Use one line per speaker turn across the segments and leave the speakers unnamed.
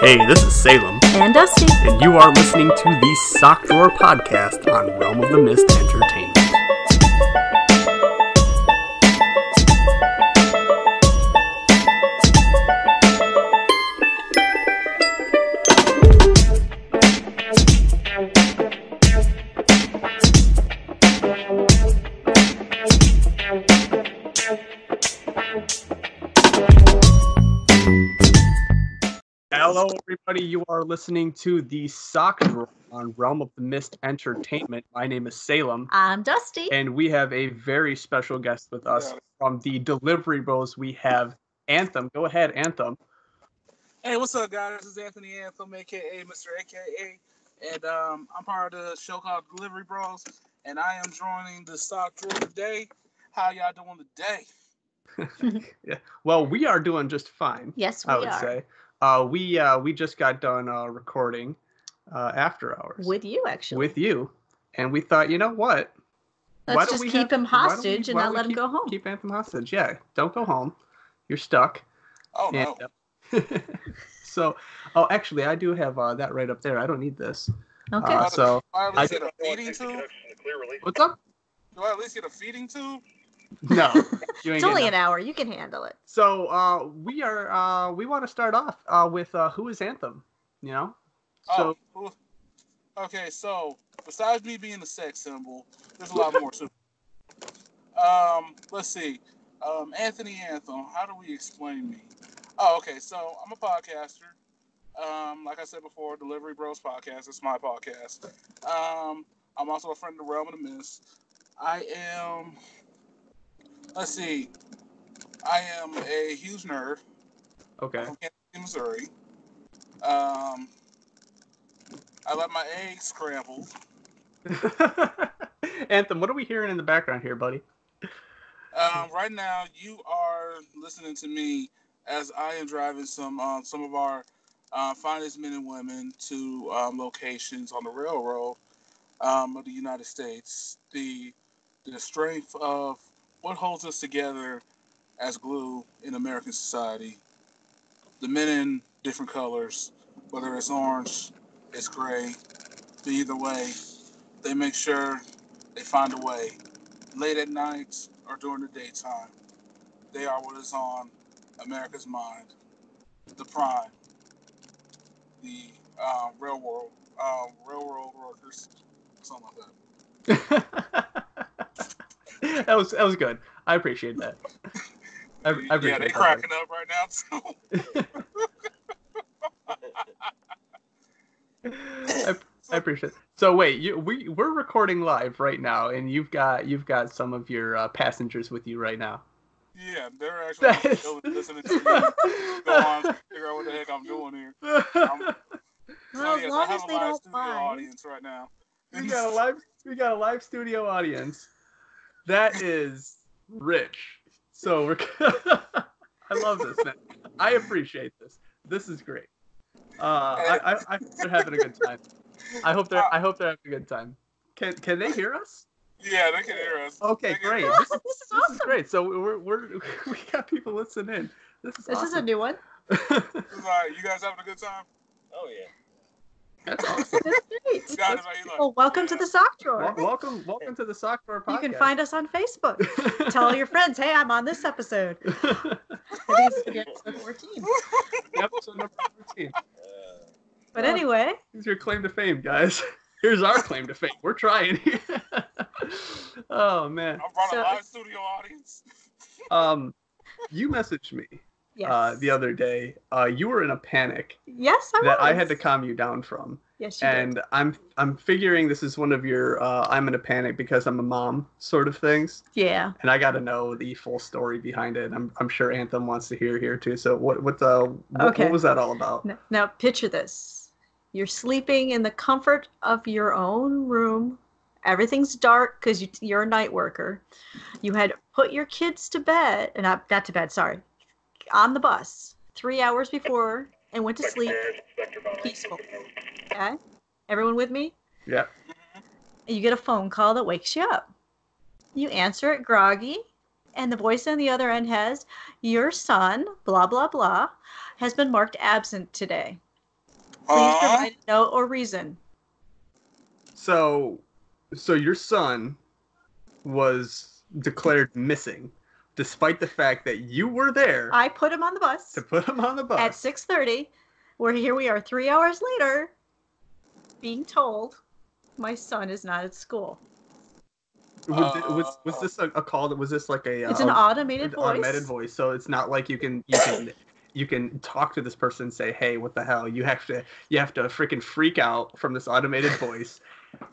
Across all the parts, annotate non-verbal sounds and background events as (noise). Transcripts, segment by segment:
Hey, this is Salem,
and Dusty.
and you are listening to the Sock Drawer Podcast on Realm of the Mist Entertainment. Hello, everybody. You are listening to the Sock Drawer on Realm of the Mist Entertainment. My name is Salem,
I'm Dusty.
and we have a very special guest with us from the Delivery Bros. We have Anthem. Go ahead, Anthem.
Hey, what's up, guys? This is Anthony Anthem, aka Mr. AKA, and um, I'm part of the show called Delivery Bros, and I am joining the stock drill today. How y'all doing today?
Well, we are doing just fine.
Yes, we
I would
are
say. Uh, we uh, we just got done uh, recording uh, after hours
with you, actually.
with you, and we thought, you know what? why
Let's
don't
just
we
keep
have-
him
why don't we-
hostage and
why
not
don't we
let him
keep-
go home.
Keep Anthem hostage. Yeah, don't go home. You're stuck.
Oh no,
And, uh, (laughs) so, oh, actually, I do have uh, that right up there. I don't need this.
okay.
Uh, so,
do I at
I-
least get a feeding tube?
what's up?
Do I at least get a feeding tube?
No, (laughs) you ain't
it's
getting
only
that.
an hour. You can handle it.
So, uh, we are uh, we want to start off uh, with uh, who is Anthem? You know, so
Oh, oof. okay. So besides me being a sex symbol, there's a lot more to. it. Um, let's see. Um, Anthony Anthem. How do we explain me? Oh, okay. So I'm a podcaster. Um, like I said before, Delivery Bros podcast. It's my podcast. Um, I'm also a friend of the Realm of the Mist. I am. Let's see. I am a huge nerd
okay, (laughs)
from Kansas City, Missouri. Um, I let my eggs scrambled.
Anthem, what are we hearing in the background here, buddy? (laughs)
Um, right now, you are listening to me as I am driving some um, some of our uh, finest men and women to um, locations on the railroad um, of the United States. The the strength of what holds us together as glue in American society. The men in different colors, whether it's orange, it's gray, but either way, they make sure they find a way late at night or during the daytime. They are what is on America's mind. The prime, the uh, railroad, uh, railroad workers, something like that.
that was that was good. I appreciate that. I, I appreciate
yeah, they
that.
cracking up right now (laughs) too.
I, I appreciate. It. So wait, you we we're recording live right now, and you've got you've got some of your uh, passengers with you right now.
yeah, they're
That
actually
is-
chilling,
(laughs)
listening to me go on, Um, figure out what the heck I'm doing here. So,
Well, as
yes, I
long
have
as
a
they
live
don't
studio
mind.
audience
(laughs)
right now.
(laughs) we got a live we got a live studio audience. That is rich. So we're (laughs) I love this man. I appreciate this. This is great. Uh, I, I, I hope they're having a good time. I hope they're I hope they're having a good time. Can can they hear us?
(laughs) Yeah, they can hear
(laughs)
us.
Okay,
They can-
great. This, is- this is great. So we're, we're (laughs) we got people listening in. This is
This is a
awesome.
new (laughs) one.
It's all right. You guys having a good time?
Oh yeah.
That's
(laughs)
awesome.
That's great.
Scott is like, he's
(laughs)
like,
Well, welcome to the sock drawer.
Wel- welcome welcome to the Sock Drawer
You
podcast.
can find us on Facebook.
(laughs)
Tell all your friends, hey, I'm on this (laughs) episode.
find
I think this is gonna be episode 14.
episode number 14.
Uh,
But anyway,
Here's your claim to fame, guys. (laughs) Here's our claim to fame. We're trying (laughs) here. oh man.
I brought
So-
a live studio
(laughs)
audience.
Um, you messaged me
yes.
uh, the other day. Uh, you were in a panic
Yes, I
that I
was.
had to calm you down from,
Yes, you
and I'm I'm figuring this is one of your uh, I'm in a panic because I'm a mom sort of things,
did. Yeah.
and I got to know the full story behind it. I'm I'm sure Anthem wants to hear here too. So what what uh, what,
Okay.
what was that all about?
N- Now, picture this. You're sleeping in the comfort of your own room. Everything's dark because you, you're a night worker. You had put your kids to bed, and not, not to bed, sorry, on the bus three hours before and went to sleep peaceful. Okay? Everyone with me?
Yeah.
And you get a phone call that wakes you up. You answer it groggy, and the voice on the other end has, Your son, blah, blah, blah, has been marked absent today. Please
Uh-huh.
provide no or reason.
So, so your son was declared missing, despite the fact that you were there
I put him on the bus
to put him on the
at
bus.
six thirty. Where here we are three hours later, being told my son is not at school.
was, thi- was, was this a, a call? That was this like a?
It's an
uh,
automated
an
voice.
automated voice. So it's not like you can you can you can talk to this person and say, "Hey, what the hell?" You have to you have to freaking freak out from
(laughs)
this automated voice.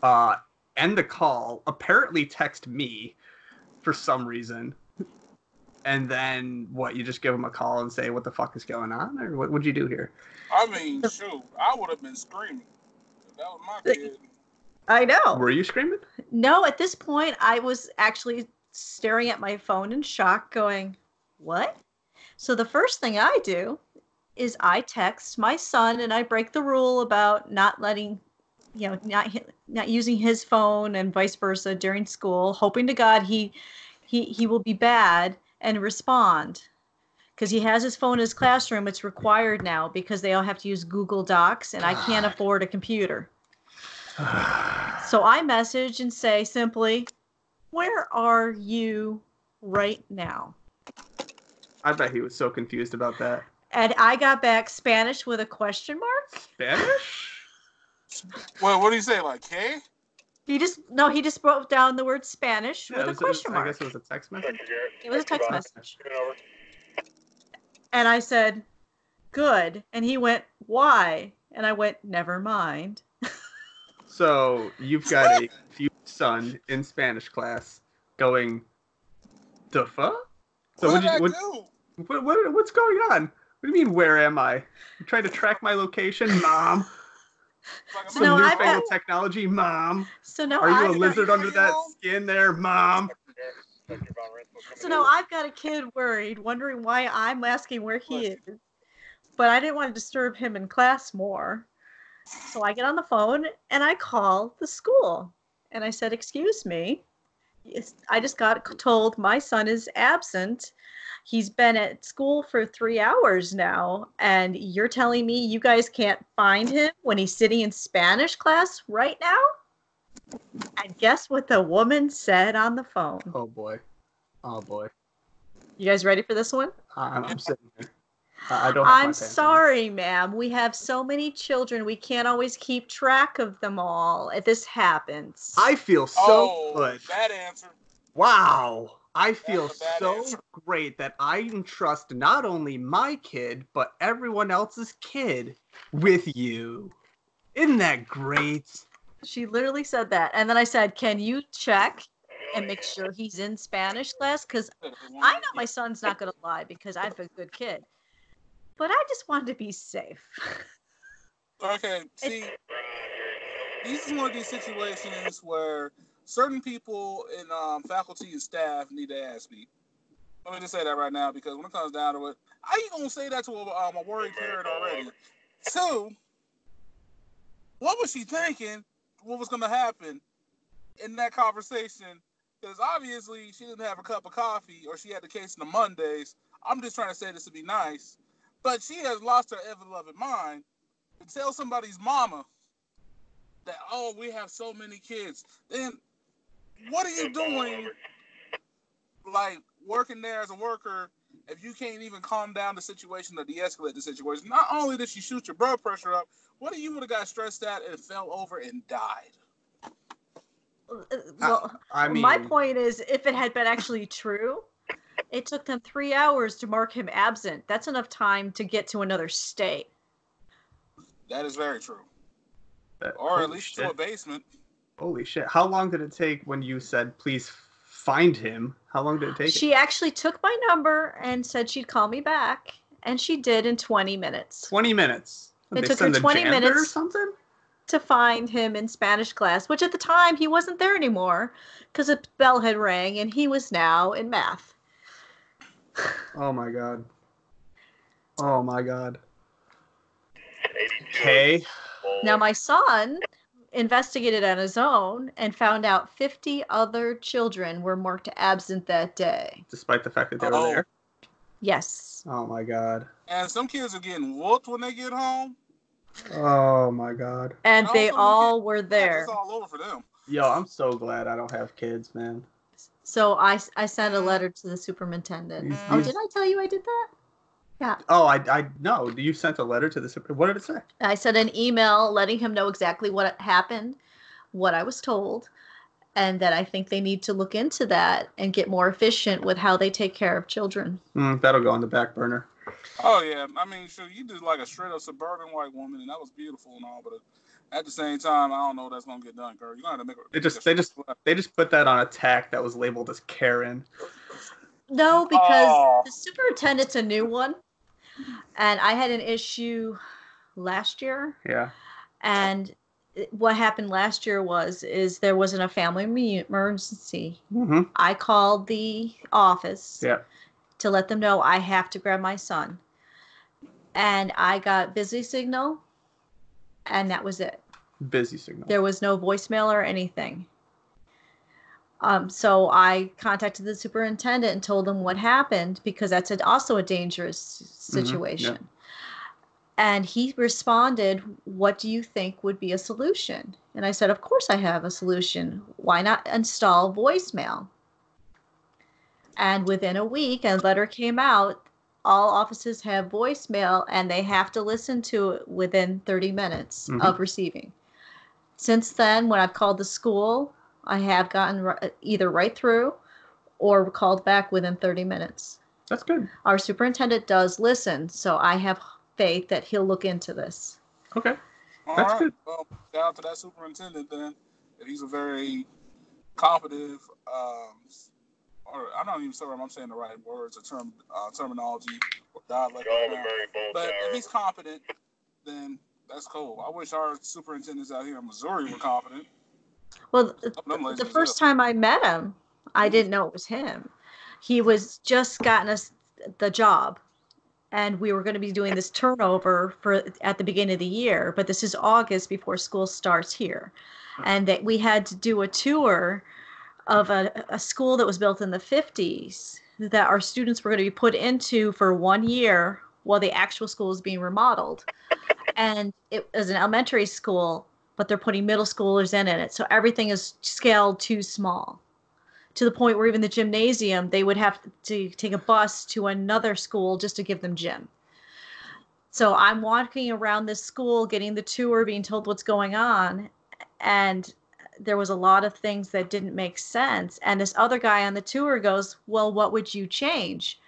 Uh, end the call. Apparently, text me for some reason. And then what? You just give them a call and say, "What the fuck is going on?" Or what would you do here?
I mean, shoot, I would have been screaming. If that was my
Like-
kid.
I know.
Were
(sighs)
you screaming?
No, at this point, I was actually staring at my phone in shock, going, What? So the first thing I do is I text my son and I break the rule about not letting, you know, not hi- not using his phone and vice versa during school, hoping to God he he he will be bad and respond. Because he has his phone in his classroom, it's required now because they all have to use Google Docs, and I can't
God.
afford a computer. So I message and say simply, Where are you right now?
I bet he was so confused about that.
And I got back Spanish with a question mark.
Spanish?
Well, what do you say? Like, hey?
He just, no, he just wrote down the word Spanish
Yeah,
with
it
a
was- it was-
question
I
mark.
guess it was a text message.
It was a text message. And I said, Good. And he went, Why? And I went, Never mind.
So you've got a few son in Spanish class going, the fuck? So
what
what,
did I
you, what,
do?
what, what, what's going on? What do you mean, where am I? You trying to track my location, mom?
Like,
So
Some
now I
newfangled
bet-
technology, mom?
So now
Are you a
I've,
li-
lizard under that
Mom?
skin there, mom?
so now I've got a kid worried, wondering why I'm asking where he is. But I didn't want to disturb him in class more. So I get on the phone and I call the school. And I said, Excuse me. Yes, I just got c- told my son is absent. He's been at school for three hours now. And you're telling me you guys can't find him when he's sitting in Spanish class right now? And guess what the woman said on the phone?
Oh boy. Oh boy.
You guys ready for this one?
I- I'm sitting here. I I don't have my
I'm
pants on.
sorry, ma'am. We have so many children, we can't always keep track of them all. If This happens.
I feel so
oh,
good.
bad answer.
Wow. I feel
That's a bad
so
answer.
great that I entrust not only my kid, but everyone else's kid with you. Isn't that great?
she literally said that. And then I said, Can you check and make sure he's in Spanish class? Because I know my son's not going to lie because I'm a good kid. But I just wanted to be safe.
Okay, see, these is one of these situations where certain people in um, faculty and staff need to ask me. Let me just say that right now because when it comes down to it, how you gonna say that to a, um, a worried parent already? Two, what was she thinking? What was gonna happen in that conversation? Because obviously she didn't have a cup of coffee or she had the case on the Mondays. I'm just trying to say this to be nice, but she has lost her ever loving mind to tell somebody's mama that oh we have so many kids then what are you doing like working there as a worker if you can't even calm down the situation or de-escalate the situation not only did she shoot your blood pressure up what if you would have got stressed out and fell over and died
Uh, Well,
I mean,
my point is if it had been actually true, it took them three hours to mark him absent. That's enough time to get to another state.
that is very true
uh,
or
holy
at least
shit.
to a basement
holy shit. How long did it take when you said, please find him? How long did it take?
She actually took my number and said she'd call me back, and she did in 20 minutes
20 minutes. Did
It
they
took her
send a
20
jam there or
minutes.
something?
to find him in Spanish class, which at the time he wasn't there anymore because a bell had rang and he was now in math.
Oh my god. Oh my god. Okay.
Now, my son investigated on his own and found out 50 other children were marked absent that day.
Despite the fact that they were
Oh.
there.
Yes.
Oh my god.
and some kids are getting whooped when they get home
Oh my god.
and
Oh,
they
so we
all were
Yeah,
there.
It's all over for them.
Yo, I'm so glad I don't have kids, man.
So I, s- I sent a letter to the superintendent.
These-
Oh,
these-
did I tell you I did that?
Oh, I, I no. You sent a letter to the. super- What did it say?
I sent an email letting him know exactly what happened, what I was told, and that I think they need to look into that and get more efficient with how they take care of children.
Mm, that'll go on the back burner.
Oh yeah, I mean, sure, you did like a straight up suburban white woman, and that was beautiful and all, but uh, at the same time, I don't know if that's gonna get done, girl. You gotta make.
They just- they just- They just put that on a tack that was labeled as Karen.
No, because
Oh.
the superintendent's a new one, and I had an issue last year
Yeah.
and it- what happened last year was is there wasn't a family me- emergency
Mm-hmm.
I called the office
Yeah.
to let them know I have to grab my son. And I got busy signal, and that was it.
Busy signal.
There was no voicemail or anything. Um, so I contacted the superintendent and told him what happened because that's an, also a dangerous
Mhm, yeah.
situation. And he responded, What do you think would be a solution? And I said, Of course, I have a solution. Why not install voicemail? And within a week, a letter came out. All offices have voicemail and they have to listen to it within 30 minutes
Mhm.
of receiving. Since then, when I've called the school, I have gotten ri- either right through or called back within 30 minutes.
That's good.
Our superintendent does listen, so I have faith that he'll look into this.
Okay.
All
That's
right.
good.
Well, shout out to that superintendent then. If he's a very competent, um, or I'm not even sure if I'm saying the right words or term uh, terminology or dialect. right now. But if he's competent, then that's cool. I wish our superintendents out here in Missouri were competent.
Well, th-
Oh, no,
the
Melissa's
first
up.
time I met him, I didn't know it was him. He was just gotten us the job, and we were going to be doing this turnover for at the beginning of the year. But this is August before school starts here, and that we had to do a tour of a, a school that was built in the 50s that our students were going to be put into for one year while the actual school is being remodeled. And it was an elementary school, but they're putting middle schoolers in it. So everything is scaled too small to the point where even the gymnasium, they would have to take a bus to another school just to give them gym. So I'm walking around this school, getting the tour, being told what's going on. And there was a lot of things that didn't make sense. And this other guy on the tour goes, Well, what would you change?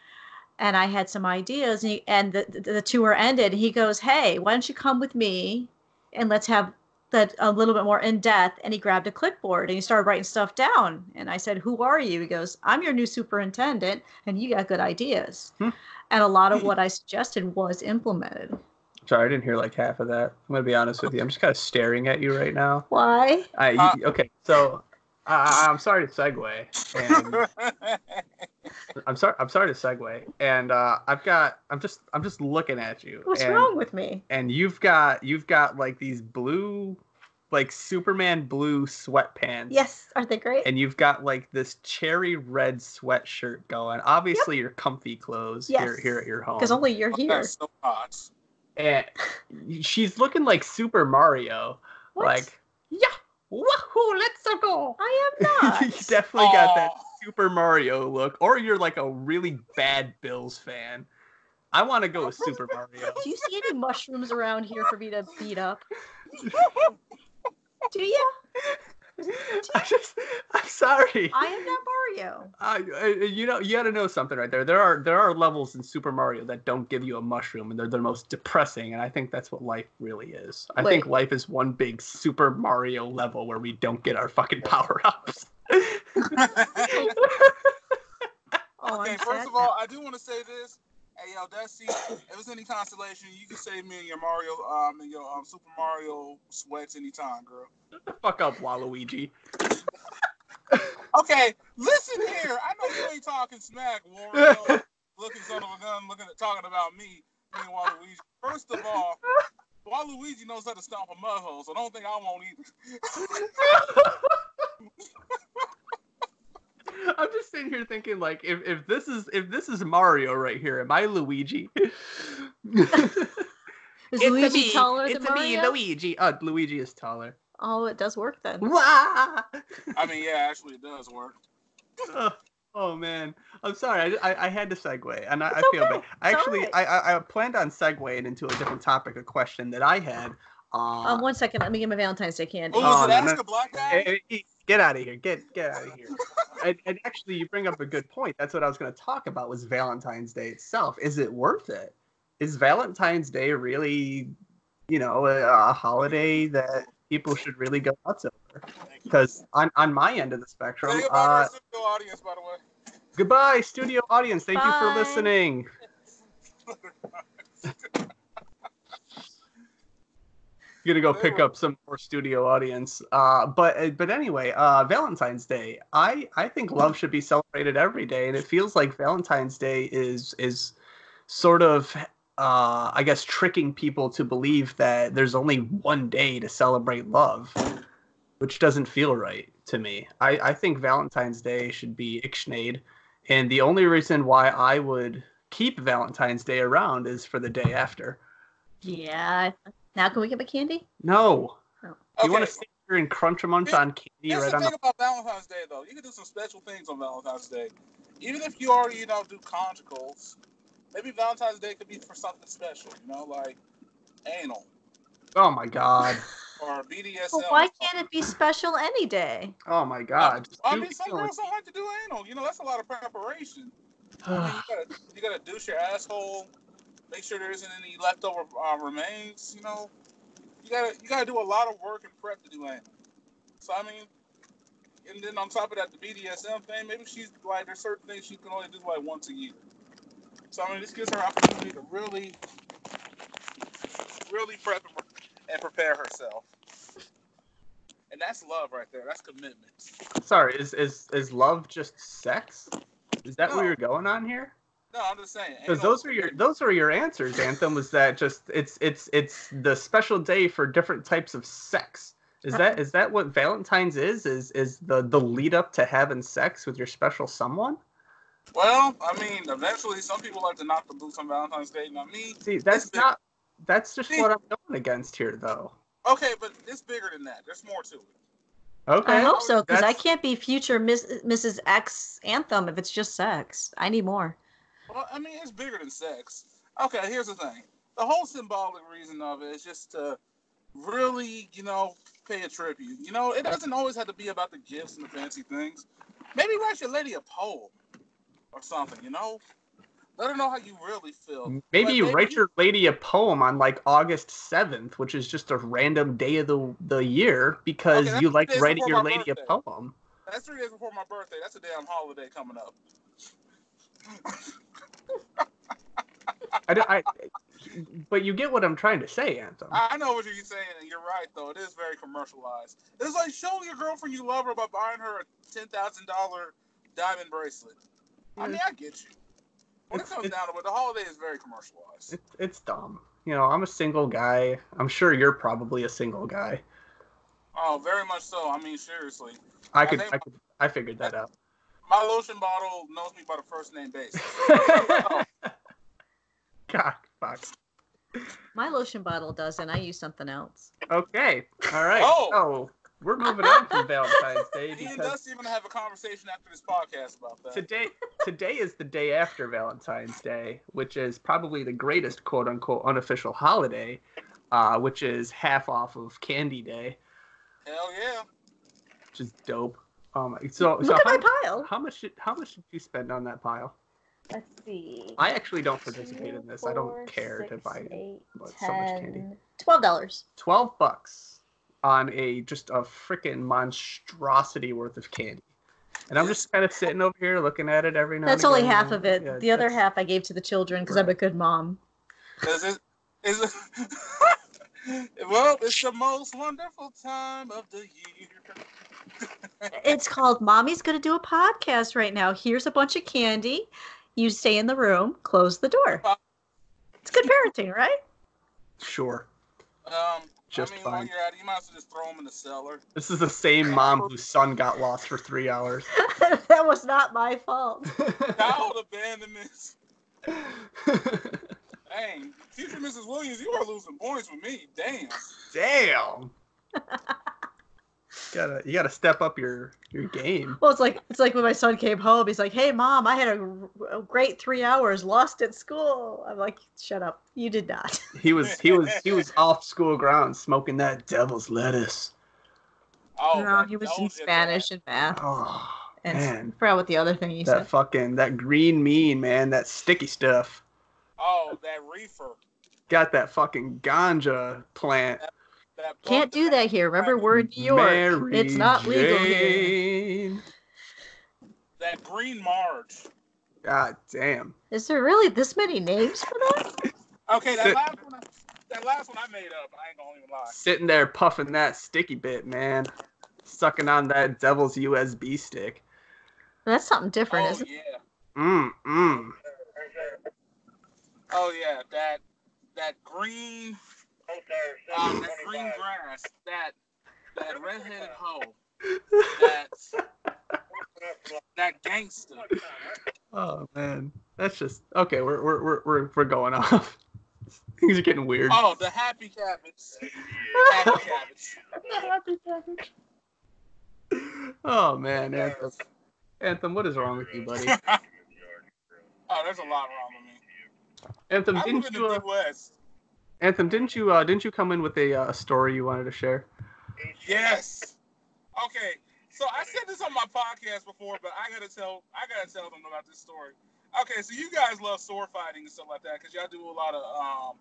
And I had some ideas. And, he, and the, the, the tour ended. And he goes, Hey, why don't you come with me and let's have that a little bit more in depth and he grabbed a clipboard and he started writing stuff down and i said who are you he goes i'm your new superintendent and you got good ideas
Hmm.
and a lot of what i suggested was implemented
Sorry, I didn't hear like half of that. I'm gonna be honest with you. I'm just kind of staring at you right now.
why
I
Uh,
you- okay. So I I- I'm sorry to segue,
(laughs)
and I'm sorry I'm sorry to segue, and uh, I've got I'm just I'm just looking at you.
what's
and,
wrong with me
And you've got you've got like these blue, like Superman blue sweatpants.
yes aren't they great
and you've got like this cherry red sweatshirt going. Obviously, your comfy clothes here
Yes.
here at your home.
because only you're
(laughs) Okay,
here
so hot.
and she's looking like Super Mario.
what?
Like, yeah, woohoo, let's go.
i am
(laughs) you
not
definitely got that
Aw.
Super Mario look, or you're like a really bad Bills fan. I want to go
(laughs)
with Super Mario. (laughs)
do you see any mushrooms around here for me to beat up do you
I just, I'm sorry.
i am not mario
I, I- you know, you got to know something right there. There are there are levels in Super Mario that don't give you a mushroom, and they're the most depressing. And I think that's what life really is. I think
Wait.
life is one big Super Mario level where we don't get our fucking power ups.
oh
okay,
I'm
first
sad
of
now.
all, I do want to say this. Hey, yo, Dusty, if it's any consolation, you can save me in your Mario, um, in your um, Super Mario sweats anytime, girl.
(laughs) Fuck up, Waluigi.
Okay, listen here. I know you ain't talking smack, Wario, looking son of a gun, looking at, talking about me being Waluigi. First of all, Waluigi knows how to stomp a mud hole, so don't think I won't either.
(laughs) I'm just sitting here thinking, like, if, if this is if this is Mario right here, am I Luigi?
Is
It's
Luigi
a me.
taller
it's
than
a
Mario?
me, Luigi.
Uh, Luigi is taller.
Oh, it does work then.
Wah!
I mean, yeah, actually, it does work.
Ugh. (laughs) oh man, I'm sorry. I, I, I had to segue, and I, I
It's
feel
okay.
bad. I
It's
actually
alright.
I, I I planned on segueing into a different topic, a question that I had. Uh,
Um, one second. Let me get my Valentine's Day candy.
Oh, was
Oh,
it
no,
Ask
no.
a Black Guy?
hey, hey, eh, get out of here. Get get out of
(laughs)
here. and, and actually, you bring up a good point. That's what I was going to talk about. Was Valentine's Day itself? Is it worth it? Is Valentine's Day really, you know, a, a holiday that people should really go nuts over?
Thank you.
Because on, on my end of the spectrum,
Say goodbye to
uh,
our studio audience, by the way.
Goodbye, studio audience. Thank you
Bye.
for listening. You're gonna go pick up some more studio audience. Uh, but but anyway, uh, Valentine's Day. I I think love should be celebrated every day, and it feels like Valentine's Day is is sort of uh, I guess tricking people to believe that there's only one day to celebrate love, which doesn't feel right to me. I, I think Valentine's Day should be ixnayed, and the only reason why I would keep Valentine's Day around is for the day after.
Yeah. Now can we get my candy?
No,
Okay.
you want to sit here and crunch a munch on candy
Here's
right
the
on
thing
the
about Valentine's Day, though. You can do some special things on Valentine's Day. Even if you already, you know, do conjugals, maybe Valentine's Day could be for something special, you know, like anal
oh my god,
or BDSM.
Well, why can't it be special any day?
oh
(laughs)
my god.
I
Dude,
mean, some
feeling-
girls don't like to do anal. You know, that's a lot of preparation.
(sighs)
I mean,
Ugh,
you gotta, you gotta douche your asshole. Make sure there isn't any leftover uh, remains. You know, you gotta, you gotta do a lot of work and prep to do anal. So I mean, and then on top of that, the BDSM thing. Maybe she's like, there's certain things she can only do like once a year. So I mean, this gives her opportunity to really, really prep and, pre- and prepare herself. And that's love right there. That's commitment.
sorry, is is is love just sex? Is that
No.
where you're going on here?
No, I'm just saying.
Because
anal
those
is
were your
commitment.
those were your answers, Anthem. Was that just it's it's it's the special day for different types of sex? Is that is that what Valentine's is? Is is the the lead up to having sex with your special someone?
Well, I mean, eventually some people like to knock the boots on Valentine's Day, not me.
See, that's
Listen.
not that's just
See.
what I'm going against here, though.
Okay, but it's bigger than that. There's more to it.
Okay.
I hope so, because I
that's-
can't be future Miss, Mrs. X Anthem if it's just sex. I need more.
Well, I mean, it's bigger than sex. Okay, here's the thing. The whole symbolic reason of it is just to really, you know, pay a tribute. You know, it doesn't always have to be about the gifts and the fancy things. Maybe write your lady a poem or something, you know? Let her know how you really feel.
Maybe
Like,
you
baby,
write your lady a poem on like August seventh, which is just a random day of the the year because
Okay, that's
you like
days
writing
before
your
my
lady
birthday.
a poem.
That's three days before my birthday. That's a damn holiday coming up.
I, don't- I, but you get what I'm trying to say, Anthem.
I know what you're saying, and you're right though. It is very commercialized. It's like show your girlfriend you love her by buying her a ten thousand dollar diamond bracelet. I mean, I get you. When it
It's-
comes
it's-
down to it, the holiday is very commercialized.
It, it's dumb. You know, I'm a single guy. I'm sure you're probably a single guy.
Oh, very much so. I mean, seriously,
I could,
think-
I could, I figured that
(laughs)
out.
my lotion bottle knows me by the first name basis.
God, fuck.
My lotion bottle doesn't. I use something else.
Okay, all right.
Oh.
so we're moving on from Valentine's Day
(laughs) He and
because
Dusty even have a conversation after this podcast about that.
today today is the day after Valentine's Day, which is probably the greatest quote unquote unofficial holiday, uh, which is half off of Candy Day,
Hell yeah!
which is dope. Um, so so
Look at
how,
my pile.
how much did, how much did you spend on that pile?
Let's see.
I actually don't participate in this. I don't care to buy it. but so much candy.
Twelve dollars.
Twelve bucks on a just a freaking monstrosity worth of candy. And I'm just kind of sitting over here looking at it every now.
That's
and
only
again,
half
going,
of it.
"Yeah,
the other
that's-
half I gave to the children because I'm a good mom.
Cause it is. (laughs) well, it's the most wonderful time of the year.
It's called Mommy's Gonna Do a Podcast right now. Here's a bunch of candy. You stay in the room, close the door. It's good parenting, right? (laughs)
Sure.
Um,
Just
I mean, while
fine.
you're at it, you might as well just throw them in the cellar. (laughs)
This is the same mom whose son got lost for three hours.
that was not my fault.
Child abandonment. Dang, future Mrs. Williams, you are losing points with me. Damn.
Damn. gotta you gotta step up your your game.
Well, it's like it's like when my son came home. He's like, "Hey, mom, I had a, a great three hours lost at school." I'm like, "Shut up! You did
(laughs)
not."
He was he was he was off school grounds smoking that devil's lettuce.
Oh,
no,
that-
he was
that
in
it.
Spanish and math,
Oh
and
man.
I forgot what the other thing he
That
said.
fucking that green mean man, that sticky stuff.
Oh, that reefer.
Got that fucking ganja plant.
That
Can't do that here. Remember, we're in New York.
Mary
it's not legal here.
Jane.
That green marge.
God damn.
Is there really this many names for that?
Okay, that
Sit.
last one. That last one I made up. I ain't gonna even lie.
Sitting there puffing that sticky bit, man. Sucking on that devil's USB stick.
That's something different,
Oh
isn't it?
yeah.
Mm mm.
Oh yeah. That that green. Um, that green grass. That that redheaded hoe. That that gangster.
Oh man. That's just okay, we're we're we're we're, we're going (laughs) off. Things are getting weird.
Oh, the happy cabbage.
(laughs)
Happy cabbage.
Oh man, Anthem.
(laughs)
Anthem, what is wrong with you, buddy?
oh, there's a lot wrong with me.
Anthem,
I live
didn't
in
you uh,
the Midwest.
Anthem, didn't you uh, didn't you come in with a uh, story you wanted to share?
Yes. Okay. So I said this on my podcast before, but I gotta tell I gotta tell them about this story. Okay, so you guys love sword fighting and stuff like that because y'all do a lot of um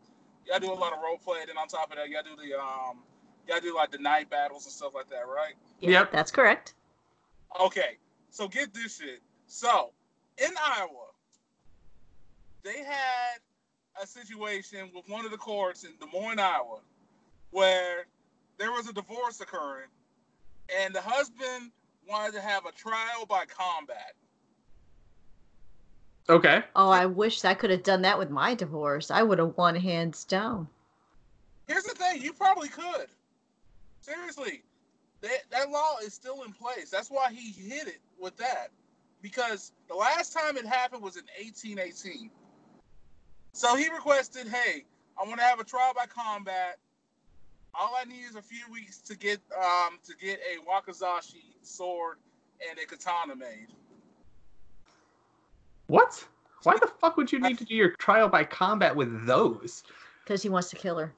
y'all do a lot of role play, and then on top of that, y'all do the um y'all do like the night battles and stuff like that, right?
Yep.
That's correct.
Okay, so get this shit. So in Iowa, they had a situation with one of the courts in Des Moines, Iowa, where there was a divorce occurring, and the husband wanted to have a trial by combat.
Okay.
Oh, I wish I could have done that with my divorce. I would have won hands down.
Here's the thing: you probably could. Seriously, that that law is still in place. That's why he hit it with that, because the last time it happened was in 1818. So he requested, "Hey, I want to have a trial by combat. All I need is a few weeks to get um to get a wakizashi sword and a katana made."
What? Why the fuck would you need to do your trial by combat with those?
Because he wants to kill her.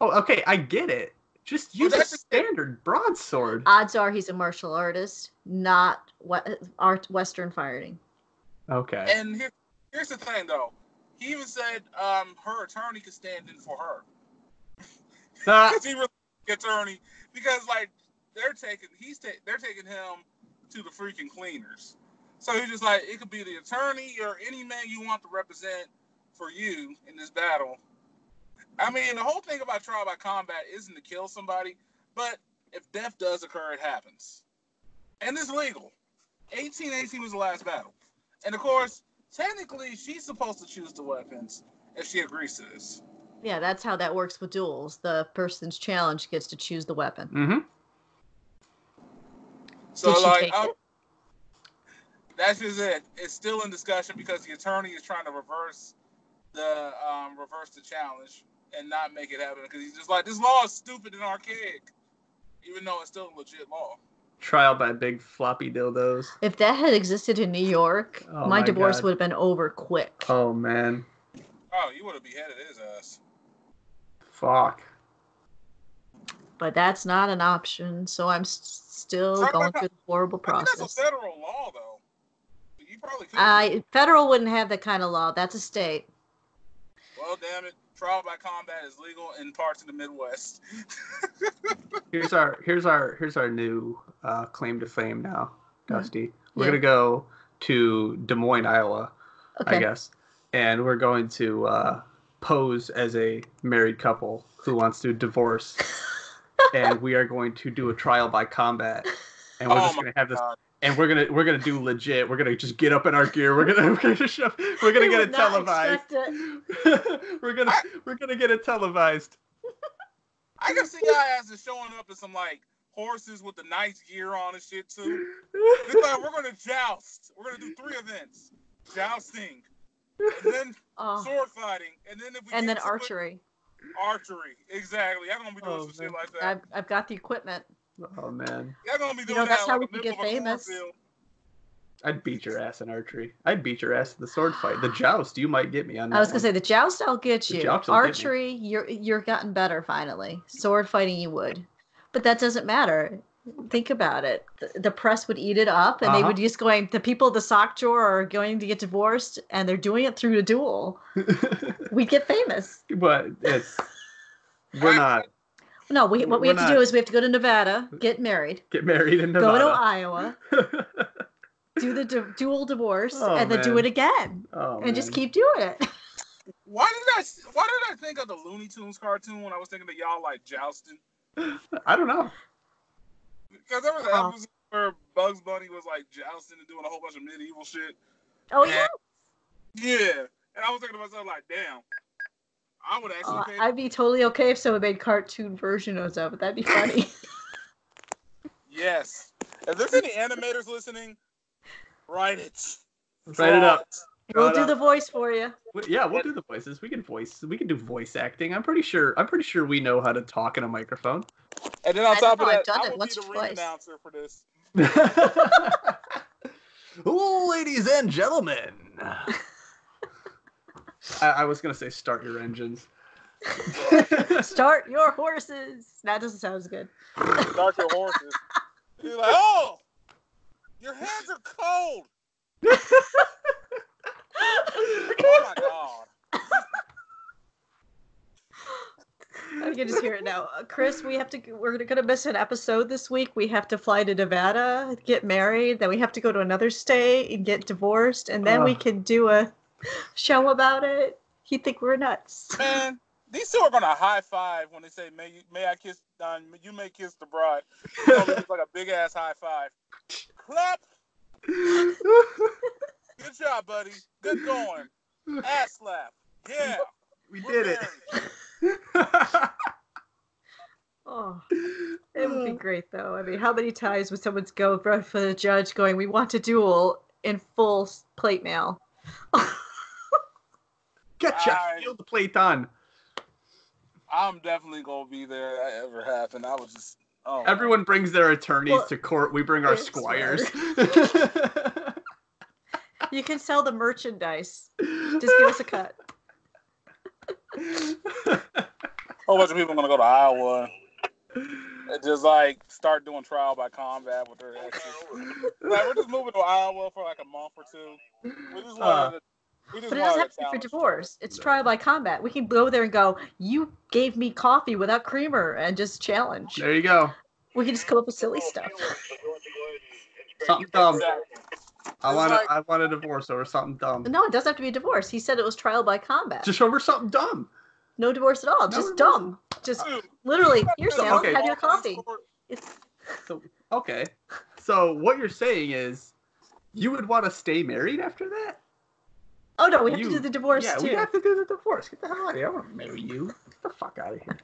Oh, okay, I get it. Just
Well,
use a
that's the thing.
standard broadsword.
Odds are he's a martial artist, not we- art Western fighting.
Okay.
And here, here's the thing, though. He even said um her attorney could stand in for her.
(laughs)
Ah,
because he really attorney because like they're taking he's ta- they're taking him to the freaking cleaners. So he's just like it could be the attorney or any man you want to represent for you in this battle. I mean, the whole thing about trial by combat isn't to kill somebody, but if death does occur, it happens, and it's legal. 1818 was the last battle, and of course, technically, she's supposed to choose the weapons if she agrees to this.
Yeah, that's how that works with duels. The person's challenge gets to choose the weapon.
mm-hmm.
So
Did she
like,
take
I-
it?
that's just it. It's still in discussion because the attorney is trying to reverse the um, reverse the challenge and not make it happen because he's just like, this law is stupid and archaic, even though it's still a legit law.
Trial by big floppy dildos.
If that had existed in New York,
Oh
my,
my
divorce
God.
would have been over quick.
Oh man.
Oh, you would have beheaded his ass.
Fuck.
But that's not an option, so I'm s- still
Sorry,
going
but-
through the horrible
I think that's
process.
a federal law though. But You probably could.
I federal wouldn't have that kind of law. That's a state.
well, damn it. Trial by combat is legal in parts of the Midwest.
Here's our here's our here's our new uh, claim to fame now, Dusty.
Mm-hmm.
We're
Yeah.
gonna go to Des Moines, Iowa, I
Okay.
guess, and we're going to uh, pose as a married couple who wants
(laughs)
to divorce, and we are going to do a trial by combat, and we're
Oh
just
my
gonna have this,
God.
and we're gonna we're gonna do legit. We're gonna just get up in our gear. We're gonna (laughs) we're gonna, shove, we're gonna
We
get
would
it
not
televised.
expect it.
(laughs) we're gonna we're gonna get it (laughs) televised.
I can see guys that's showing up in some like horses with the nice gear on and shit
Oh,
too. It's like we're gonna joust. We're gonna do three events: jousting, and then
Oh,
sword fighting, and then if we
and
get
then
to it-
archery.
archery, exactly. Y'all gonna be doing
Oh,
some shit
man.
like that.
I've, I've got the equipment.
Oh man,
Y'all gonna be doing
know, that's
that
how
like
we
a
can
nipple
get
of a
famous.
cornfield.
I'd beat your ass in archery. I'd beat your ass in the sword fight. The joust, you might get me on. That
I was
one.
gonna say the joust I'll get
The
you.
joust will get me.
Archery, you're you're gotten better finally. Sword fighting you would, but that doesn't matter. Think about it. The, the press would eat it up, and they
Uh-huh.
would just going. The people of the sock drawer are going to get divorced, and they're doing it through the
(laughs)
duel. We get famous.
but it's we're not
No, we, what we
We're
have to do
not-
is we have to go to Nevada, get married,
get married in
go to
Nevada. (laughs)
Iowa, do the du- dual divorce,
Oh,
and then do
man.
it again,
oh,
and just
man.
keep doing it.
Why did I? s- Why did I think of the Looney Tunes cartoon when I was thinking of y'all like jousting?
(laughs) I don't know.
Because there was an
Uh-huh.
episode where Bugs Bunny was like jousting and doing a whole bunch of medieval shit.
Oh
Yeah.
yeah,
Yeah, and I was thinking to myself like, damn, I would actually.
Uh,
pay-
I'd be totally okay if someone made cartoon versions of it. That'd be funny.
(laughs)
(laughs)
yes. If there's any animators listening, write it.
Write it up.
we'll
Shut
do
up.
the voice for you.
We- Yeah, we'll do the voices. We can voice. We can do voice acting. I'm pretty sure. I'm pretty sure we know how to talk in a microphone.
And then on
I
top
know,
of
I've
that,
done
I
it
would
once
be
or
the ring
twice.
announcer for this.
(laughs) Ladies and gentlemen, I, I was gonna say start your engines.
Start your horses. That doesn't sound as good. (laughs)
Start your horses. You're like, oh, your hands are cold. Oh my god.
I can
(laughs)
just hear it now. Uh, Chris, we have to. We're gonna miss an episode this week. We have to fly to Nevada, get married, then we have to go to another state and get divorced, and then we
Ugh.
can do a show about it. You think we're nuts?
Man, these two are gonna high five when they say, "May you, may I kiss? Uh, you may kiss the bride." It's gonna be just like a big ass high five. Clap. Good job, buddy. Good going. Ass slap. Yeah.
we
we're
did (laughs) it.
married.
Oh, it would be great though. I mean, how many times would someone go in front for the judge going, "We want to duel in full s- plate mail"?
Gotcha.
I-
Feel the plate on.
I'm definitely gonna be there. That ever happened. I was just. Oh.
Everyone brings their attorneys
Well,
to court. We bring our
it's rare.
squires.
You can sell the merchandise. Just give us a cut.
A whole bunch of people gonna go to Iowa and just like start doing trial by combat with their exes. Like, we're just moving to Iowa for like a month or two. We
Uh.
just wanted. to, we just
But it
wanted
doesn't
to
have to be for
challenge
divorce. It's
No.
trial by combat. We can go there and go, you gave me coffee without creamer and just challenge.
there you go.
We can just come up with silly stuff.
Something dumb.
Exactly.
I
It's
want
like-
to. I want a divorce over something dumb.
No, it doesn't have to be a divorce. He said it was trial by combat.
Just over something dumb.
no divorce at all. Just
divorce.
dumb. Just
Dude,
(laughs)
literally,
you
here's
So,
Al,
okay.
have your coffee. It's,
So okay. (laughs) So what you're saying is, you would want to stay married after that?
oh no, we have
You-
to do the divorce
yeah,
too.
we have to do the divorce. Get the hell out of here. I want to marry you. Get the fuck out of here.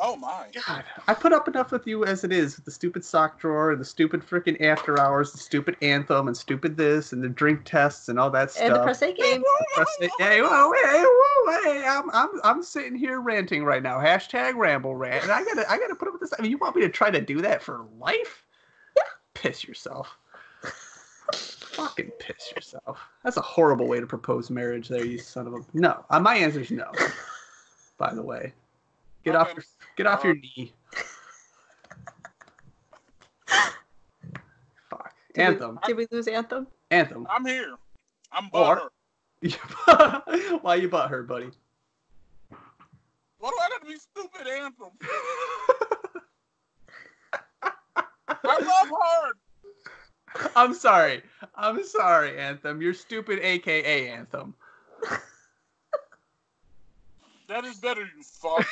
Oh my.
God, I put up enough with you as it is with the stupid sock drawer and the stupid freaking after hours, the stupid anthem and stupid this and the drink tests and all that stuff.
and the press A (laughs) game.
Press it- Hey, whoa, hey, whoa, hey, I'm, I'm, I'm sitting here ranting right now. Hashtag ramble rant. And I gotta, I gotta put up with this. I mean, you want me to try to do that for life? Piss yourself. Fucking piss yourself. That's a horrible way to propose marriage there, you son of a. No, Uh, my answer's no. By the way, get off, your, get off your knee. Fuck.
Did we-
Anthem.
Did we lose Anthem?
Anthem. (laughs)
I'm here. I'm
Or-
butter.
Why you butt her, buddy? (laughs)
Why do I gotta be stupid anthem? I love hard.
I'm sorry. I'm sorry, Anthem. You're stupid, aka Anthem. (laughs)
That is better, you fuck.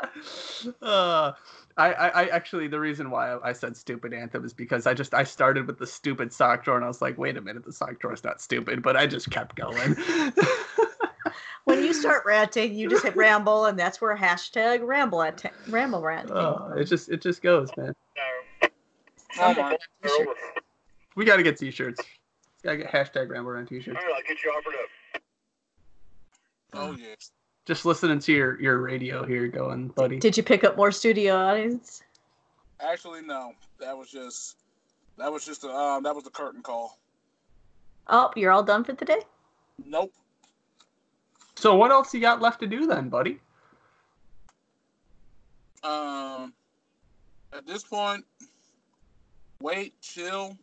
uh, I, I, I actually the reason why I, I said stupid Anthem is because I just I started with the stupid sock drawer and I was like, wait a minute, the sock drawer's not stupid, but I just kept going. (laughs)
When you start ranting, you just hit ramble, and that's where hashtag ramble at ramble rant. came
Uh, it just it just goes, man.
Oh my.
We gotta get t-shirts. Gotta get hashtag Rambler on t shirts.
I'll get you offered up.
Oh yes.
Just listening to your, your radio here going, buddy.
Did you pick up more studio audience?
Actually, no. That was just that was just the um, that was the curtain call.
Oh, you're all done for the day?
Nope.
So what else you got left to do then, buddy?
Um, at this point, wait, chill,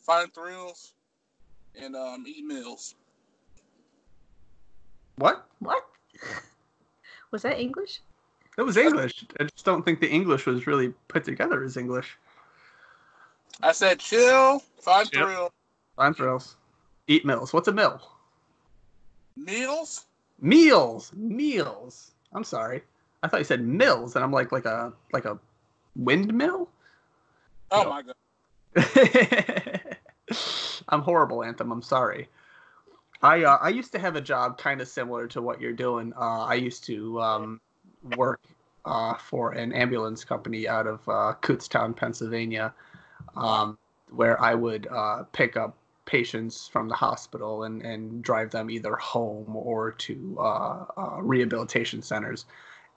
find thrills, and um, eat meals.
What?
What? (laughs) Was that English?
That was English. I just don't think the English was really put together as English.
I said chill, find
Yep.
thrill,
Time thrills. Eat meals. What's a mill?
meals.
Meals. Meals. I'm sorry. I thought you said mills, and I'm like like a like a windmill.
Oh
No.
my god.
(laughs) I'm horrible, Anthem. I'm sorry. I uh, I used to have a job kind of similar to what you're doing. Uh, I used to um, work uh, for an ambulance company out of uh, Kutztown, Pennsylvania, um, where I would uh, pick up patients from the hospital and, and drive them either home or to uh, uh, rehabilitation centers.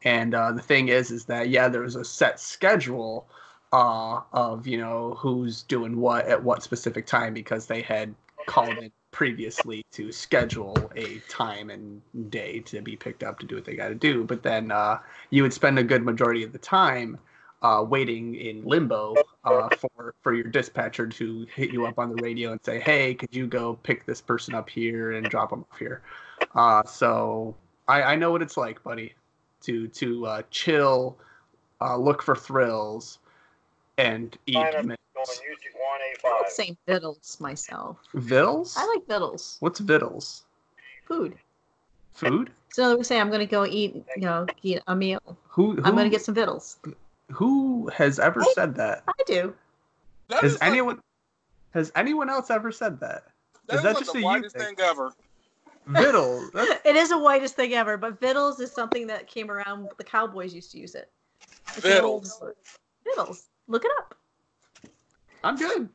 And uh, the thing is, is that yeah, there was a set schedule uh, of you know who's doing what at what specific time because they had called in previously to schedule a time and day to be picked up to do what they got to do. But then uh, you would spend a good majority of the time uh, waiting in limbo uh, for for your dispatcher to hit you up on the radio and say, "Hey, could you go pick this person up here and drop them off here?" Uh, so I, I know what it's like, buddy, to to uh, chill, uh, look for thrills, and eat
Fine,
mi-
Going UC
I like
185.
saying vittles myself.
vittles.
I like vittles.
What's vittles?
Food.
Food?
So we say I'm gonna go eat, you know, eat a meal.
Who? who
I'm gonna get some vittles.
Who has ever
Oh.
said that?
I do.
That
Has
is like-
anyone? Has anyone else ever said that?
that
is
is
that
like
just a
the
you
whitest
thing?
thing ever.
(laughs)
Vittles. That's-
It is the whitest thing ever, but vittles is something that came around. The cowboys used to use it. It's an
Vittles.
old word. Vittles. Look it up.
I'm good.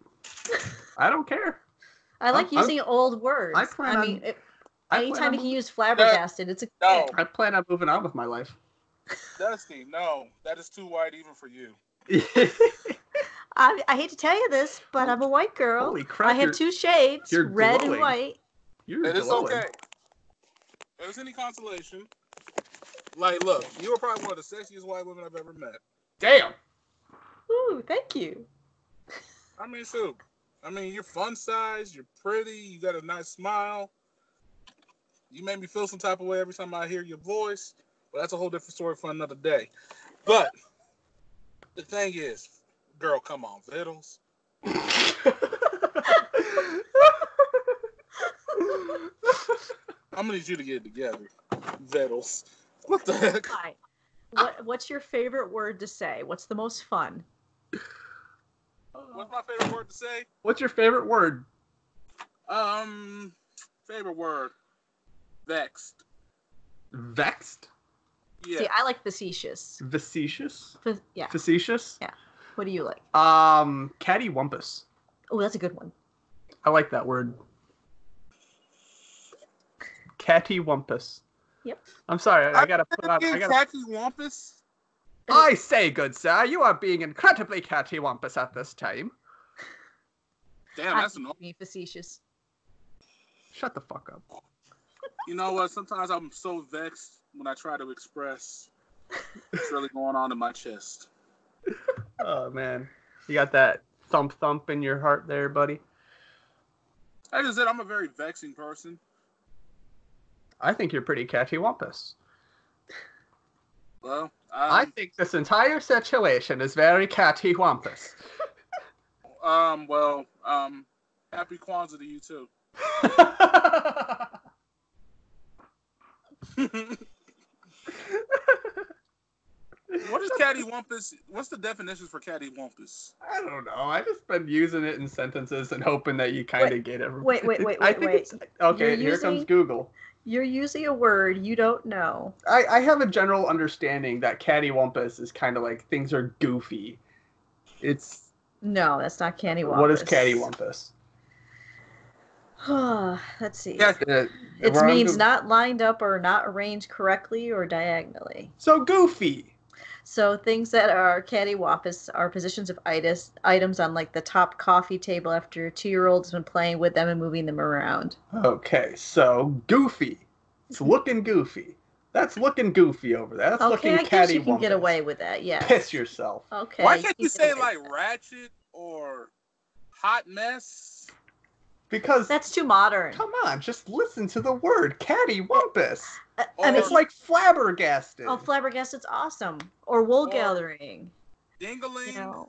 I don't care.
I like
I'm- I'm-
using old words.
I plan
mean,
on-
it,
I
anytime you
plan,
can
on,
use flabbergasted, it's a
No.
I plan on moving on with my life.
Dusty, no, that is too white even for you.
I, I hate to tell you this, but I'm a white girl.
(laughs) Holy crap!
I have
you're,
two shades,
you're
red
glowing.
and white.
You're
It is
glowing.
okay. If there's any consolation, like, look, you are probably one of the sexiest white women I've ever met. (laughs)
Damn. (laughs)
Ooh, thank you.
I mean, shoot. I mean, you're fun size, you're pretty, you got a nice smile. You make me feel some type of way every time I hear your voice, but that's a whole different story for another day. But the thing is, girl, come on, Vittles. I'm gonna need you to get it together, Vittles. What the heck?
Hi. What What's your favorite word to say? What's the most fun?
What's my favorite word to say?
What's your favorite word?
Um, favorite word, vexed.
Vexed.
Yeah,
See, I like facetious.
Facetious.
Fa- yeah.
Facetious.
What do you like?
Um, cattywampus.
Oh, that's a good one.
I like that word. Cattywampus.
Yep.
I'm sorry. I, I gotta put on. I
Fucking
gotta.
Catchy Wampus.
I say, good sir, you are being incredibly cattywampus at this time.
Damn,
I
that's
hate
an.
being facetious.
Shut the fuck up.
You know what? Sometimes I'm so vexed when I try to express what's really going on in my chest.
Oh man, you got that thump thump in your heart there, buddy.
I just said I'm a very vexing person.
I think you're pretty cattywampus.
Well, um,
I
I
think this entire situation is very cattywampus.
um, well, um, happy Kwanzaa to you too. what is catty wampus? What's the definition for catty wampus?
(laughs) I don't know. I just been using it in sentences and hoping that you kind of
Wait,
get it.
wait, wait, wait,
I
wait,
think
wait.
it's okay.
You're
here comes
using-
Google.
You're using a word you don't know.
I, I have a general understanding that cattywampus is kind of like things are goofy. It's
No, that's not cattywampus.
what is cattywampus?
(sighs) Let's see.
Yes, uh,
Its
we're on
means
to-
not lined up or not arranged correctly or diagonally.
So goofy.
So things that are cattywampus are positions of itis, items on like the top coffee table after your two-year-old has been playing with them and moving them around.
Okay, so goofy. It's looking goofy. That's looking goofy over there. That's
okay, I
looking
guess
catty.
you can get away with that. Yeah.
Piss yourself.
Okay.
Why can't you
can get
say
away
like
with that.
ratchet or hot mess?
Because
That's too modern.
come on, just listen to the word catty wampus.
I,
Or-
I mean,
It's like flabbergasted.
oh, flabbergasted's awesome. Or wool
Or-
gathering.
Dingling.
You know.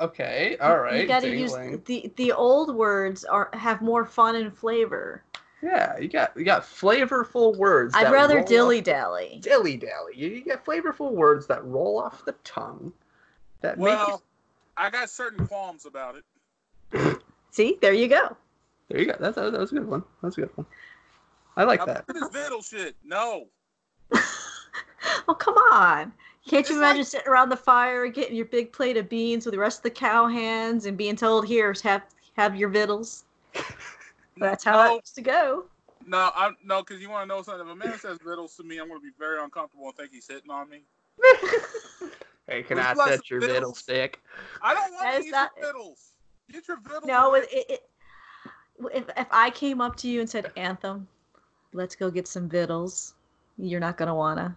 okay, all right.
You gotta use
dingling.
the the old words are have more fun and flavor.
Yeah, you got you got flavorful words.
I'd
that
rather
roll off-
dilly dally.
dilly dally. You, you get flavorful words that roll off the tongue. That make you,
Well, I got certain qualms about it.
See, there you go.
there you go. That, that, that was a good one. That was a good one. I like
I'm
that.
this Vandal shit. No.
Oh come on! Can't you
It's
imagine
like-
sitting around the fire, getting your big plate of beans with the rest of the cow hands, and being told, "Here's have have your
(laughs)
victuals." That's how it
No.
used to go.
(laughs) No, I no, because you want to know something. If a man says riddles to me, I'm going to be very uncomfortable and think he's hitting on me.
Hey,
can I touch your middle
stick?
I don't want
That
to
is
get
not-
your riddles. Get your riddles.
No,
away.
it, it, it, if if I came up to you and said, "Anthem, let's go get some victuals," you're not gonna wanna.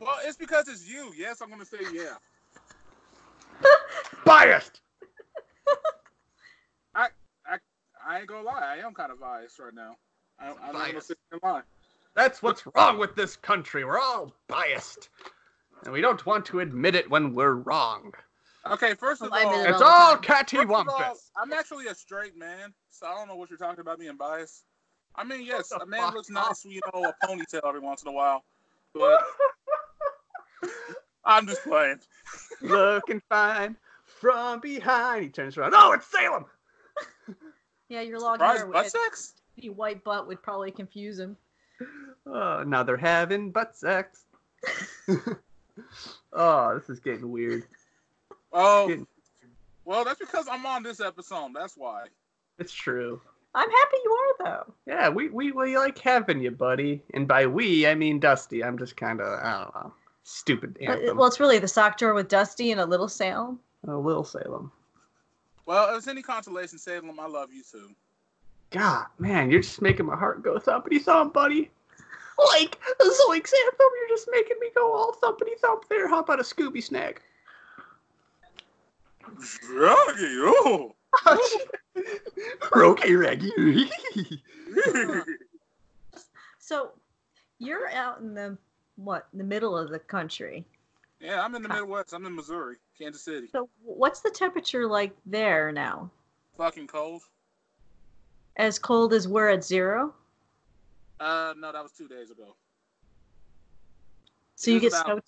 well, it's because it's you. Yes, I'm going to say yeah.
Biased.
I ain't going to lie. I am kind of biased right now. I, I'm not going to
Biased.
sit here and lie.
That's what's wrong with this country. We're all biased, and we don't want to admit it when we're wrong.
Okay, first of
Well, I
all,
admit it
first
It's
the
all
time.
of all,
cattywampus.
I'm actually a straight man, so I don't know what you're talking about being biased. I mean, yes,
Shut the
a man
fuck
looks
up.
nice, with, you know, a ponytail every once in a while,
(laughs)
but I'm just playing.
Looking fine from behind. He turns around. Oh, it's Salem.
Yeah, your long
Surprise,
hair
butt
would,
sex?
your white butt would probably confuse him.
Oh, now they're having butt sex. (laughs) oh, this is getting weird.
Oh,
Good.
well, that's because I'm on this episode. That's why.
It's true.
I'm happy you are though.
Yeah, we, we, we like having you, buddy. And by we, I mean Dusty. I'm just kind of, I don't know, stupid
But it-
anthem.
Uh, well, it's really the sock drawer with Dusty and a little Salem.
oh, Lil Salem.
Well, if it's any consolation, Salem, I love you too.
God, man, you're just making my heart go thumpity thump, buddy. Like, Zoinks Anthem, you're just making me go all thumpity thump there. How about a Scooby snack?
Druggy, oh.
okay, Reggie.
So you're out in the what the middle of the country.
(laughs) yeah, I'm in the Midwest. I'm in Missouri, Kansas City.
So what's the temperature like there now?
Fucking cold.
As cold as we're at zero.
Uh, no, that was two days ago.
So
It
you get
is about-
snow.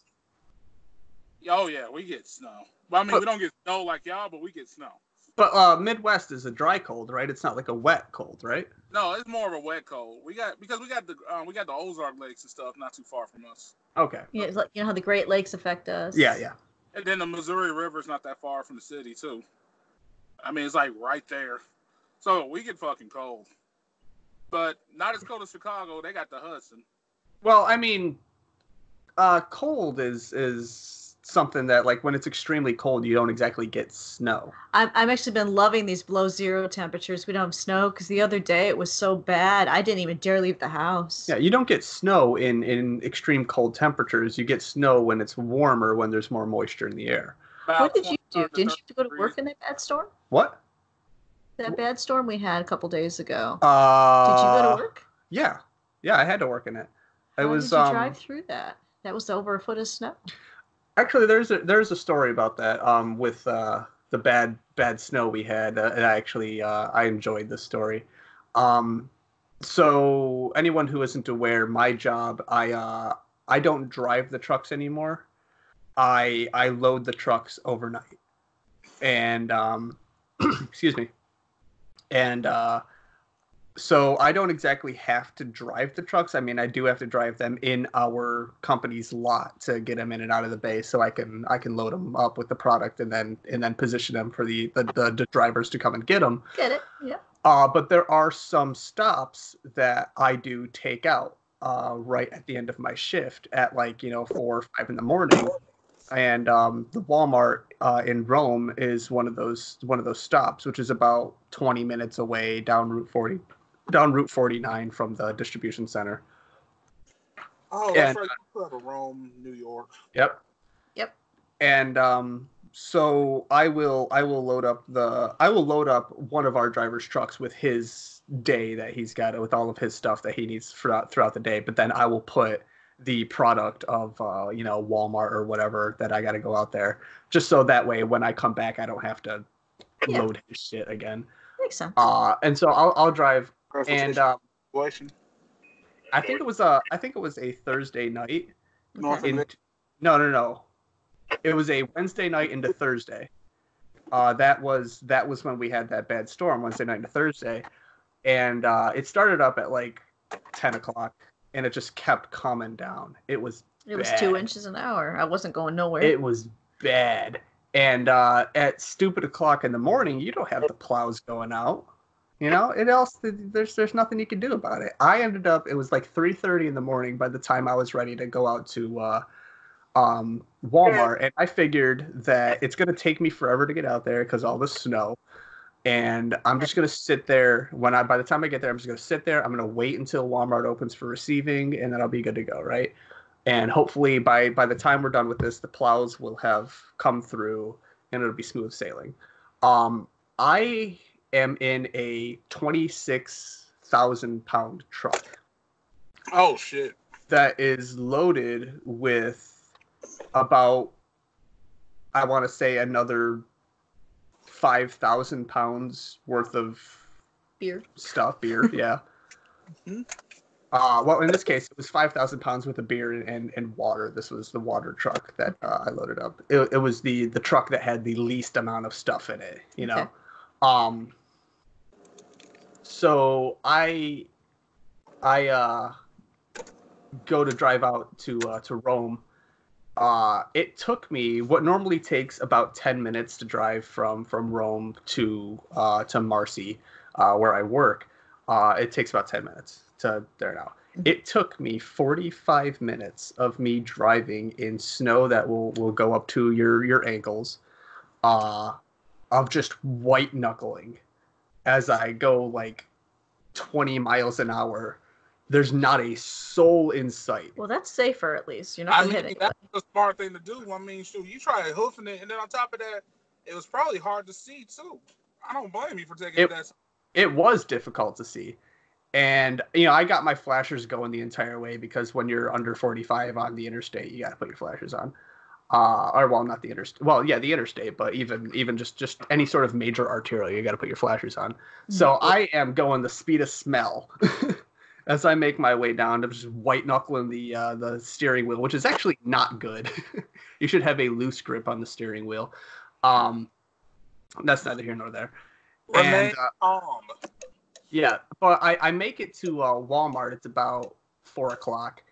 Oh yeah, we get snow. Well, I mean,
Oh.
we don't get snow like y'all, but we get snow.
(laughs) but uh, Midwest is a dry cold, right? It's not like a wet cold, right?
No, it's more of a wet cold. We got because we got the um, we got the Ozark Lakes and stuff not too far from us,
Okay.
You know, it's like you know how the Great Lakes affect us.
Yeah, yeah.
and then the Missouri River's not that far from the city too. I mean, it's like right there. So we get fucking cold, but not as cold as Chicago. They got the Hudson.
Well, I mean, uh, cold is is something that like when it's extremely cold, you don't exactly get snow.
I've, I've actually been loving these below zero temperatures. We don't have snow because the other day it was so bad I didn't even dare leave the house.
Yeah, you don't get snow in in extreme cold temperatures. You get snow when it's warmer, when there's more moisture in the air.
What
About
did you do?
25
Didn't you
30
have to go to work
degrees.
in that bad storm?
What?
That bad storm we had a couple days ago. Did you
Uh,
go to work?
Yeah, yeah, I had to work in it. It
How
was
did you
um,
drive through that? That was over a foot of snow.
actually there's a there's a story about that um with uh the bad bad snow we had uh, and i actually uh i enjoyed this story um so anyone who isn't aware my job i uh i don't drive the trucks anymore i i load the trucks overnight and um (clears throat) excuse me and uh so I don't exactly have to drive the trucks. I mean, I do have to drive them in our company's lot to get them in and out of the bay, so I can I can load them up with the product and then and then position them for the the, the, the drivers to come and get them.
Get it? Yeah.
Uh, but there are some stops that I do take out uh, right at the end of my shift at like, you know, four or five in the morning. And um, the Walmart uh, in Rome is one of those one of those stops, which is about 20 minutes away down Route 40, down Route 49 from the distribution center.
Oh,
Yeah.
that's right. You go to Rome, New York.
Yep.
Yep.
And um, so I will I will load up the I will load up one of our driver's trucks with his day that he's got with all of his stuff that he needs throughout throughout the day. But then I will put the product of uh, you know Walmart or whatever that I got to go out there just so that way when I come back I don't have to
Yeah.
load his shit again.
Makes sense.
Uh, and so I'll I'll drive and
uh,
um,
Situation.
I think it was a I think it was a Thursday night
North
in-
of
no no no it was a wednesday night into thursday uh, that was that was when we had that bad storm wednesday night into thursday and uh, it started up at like 10 o'clock and it just kept coming down it was
It was two
bad.
inches an hour. I wasn't going nowhere.
it was bad and uh, at stupid o'clock in the morning you don't have the plows going out you know it else there's there's nothing you can do about it i ended up it was like 3.30 in the morning by the time i was ready to go out to uh, um, walmart and i figured that it's going to take me forever to get out there because all the snow and i'm just going to sit there when i by the time i get there i'm just going to sit there i'm going to wait until walmart opens for receiving and then i'll be good to go right and hopefully by by the time we're done with this the plows will have come through and it'll be smooth sailing um i am in a 26000 pound truck
Oh shit.
that is loaded with about i want to say another 5000 pounds worth of
Beer.
stuff, beer, yeah.
Mhm.
Uh, well, in this case, it was five thousand pounds worth of beer and, and, and water. This was the water truck that uh, I loaded up. It, it was the the truck that had the least amount of stuff in it. You know,
Okay.
um. So I, I uh, go to drive out to uh, to Rome. Uh, it took me what normally takes about ten minutes to drive from from Rome to uh, to Marcy, uh, where I work. Uh, it takes about ten minutes to there now. It took me forty five minutes of me driving in snow that will will go up to your your ankles, uh, of just white knuckling, as I go like twenty miles an hour. There's not a soul in sight.
Well, that's safer at least. You're not
I
gonna
mean,
hit anybody.
that's the smart thing to do. I mean, shoot, you try hoofing it, and then on top of that, it was probably hard to see too. I don't blame you for taking
It-
that.
it was difficult to see. And you know, I got my flashers going the entire way because when you're under 45 on the interstate, you got to put your flashers on. Uh, or well, not the interstate. Well, yeah, the interstate, but even even just just any sort of major arterial, you got to put your flashers on. So I am going the speed of smell (laughs) as I make my way down. I'm just white knuckling the uh, the steering wheel, which is actually not good. (laughs) you should have a loose grip on the steering wheel. Um, that's neither here nor there.
Remain
And uh,
calm.
yeah, but I, I make it to uh, Walmart. It's about four o'clock,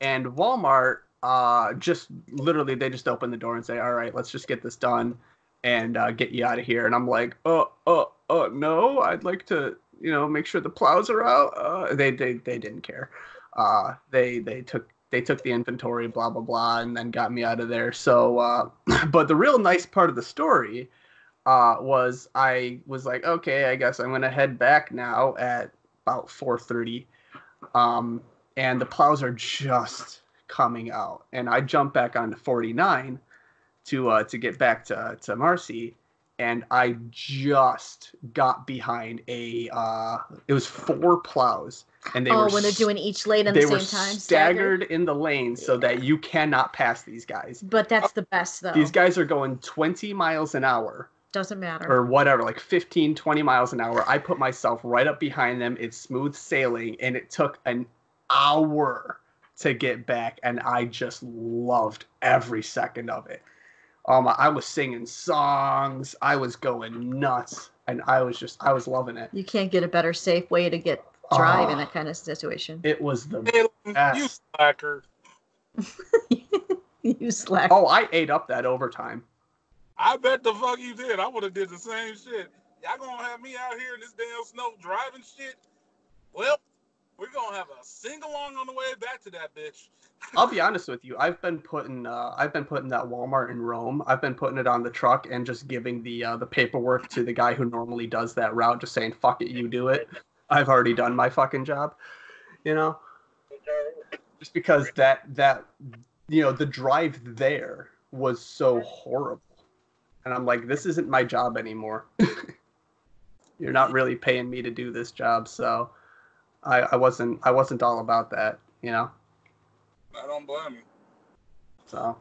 and Walmart uh, just literally they just open the door and say, "All right, let's just get this done and uh, get you out of here." And I'm like, "Oh, oh, oh, no! I'd like to, you know, make sure the plows are out." Uh, they they they didn't care. Uh, they they took they took the inventory, blah blah blah, and then got me out of there. So, uh, (clears throat) but the real nice part of the story uh, was I was like, okay, I guess I'm gonna head back now at about 4:30, um, and the plows are just coming out, and I jump back onto 49 to uh, to get back to to Marcy, and I just got behind a uh, it was four plows, and they
oh,
were
when they're
s-
doing each lane at
they
the same
were
time.
staggered in the lane so that you cannot pass these guys.
But that's the best though.
Oh, These guys are going 20 miles an hour
Doesn't matter.
or whatever, like 15, 20 miles an hour. I put myself right up behind them. It's smooth sailing, and it took an hour to get back, and I just loved every second of it. Um, I was singing songs, I was going nuts, and I was just, I was loving it.
You can't get a better safe way to get drive in
Ah.
that kind of situation.
It was the
Hey, you
best.
slacker.
(laughs) you slack.
Oh, I ate up that overtime.
I bet the fuck you did. I would have did the same shit. y'all gonna have me out here in this damn snow driving shit? Well, we're gonna have a sing along on the way back to that bitch.
I'll be honest with you. I've been putting uh, I've been putting that Walmart in Rome. I've been putting it on the truck and just giving the uh, the paperwork to the guy who normally does that route, just saying "fuck it, you do it." I've already done my fucking job, you know. Just because that that you know the drive there was so horrible, and I'm like, this isn't my job anymore. (laughs) You're not really paying me to do this job, so I, I wasn't I wasn't all about that, you know.
I don't blame you.
So.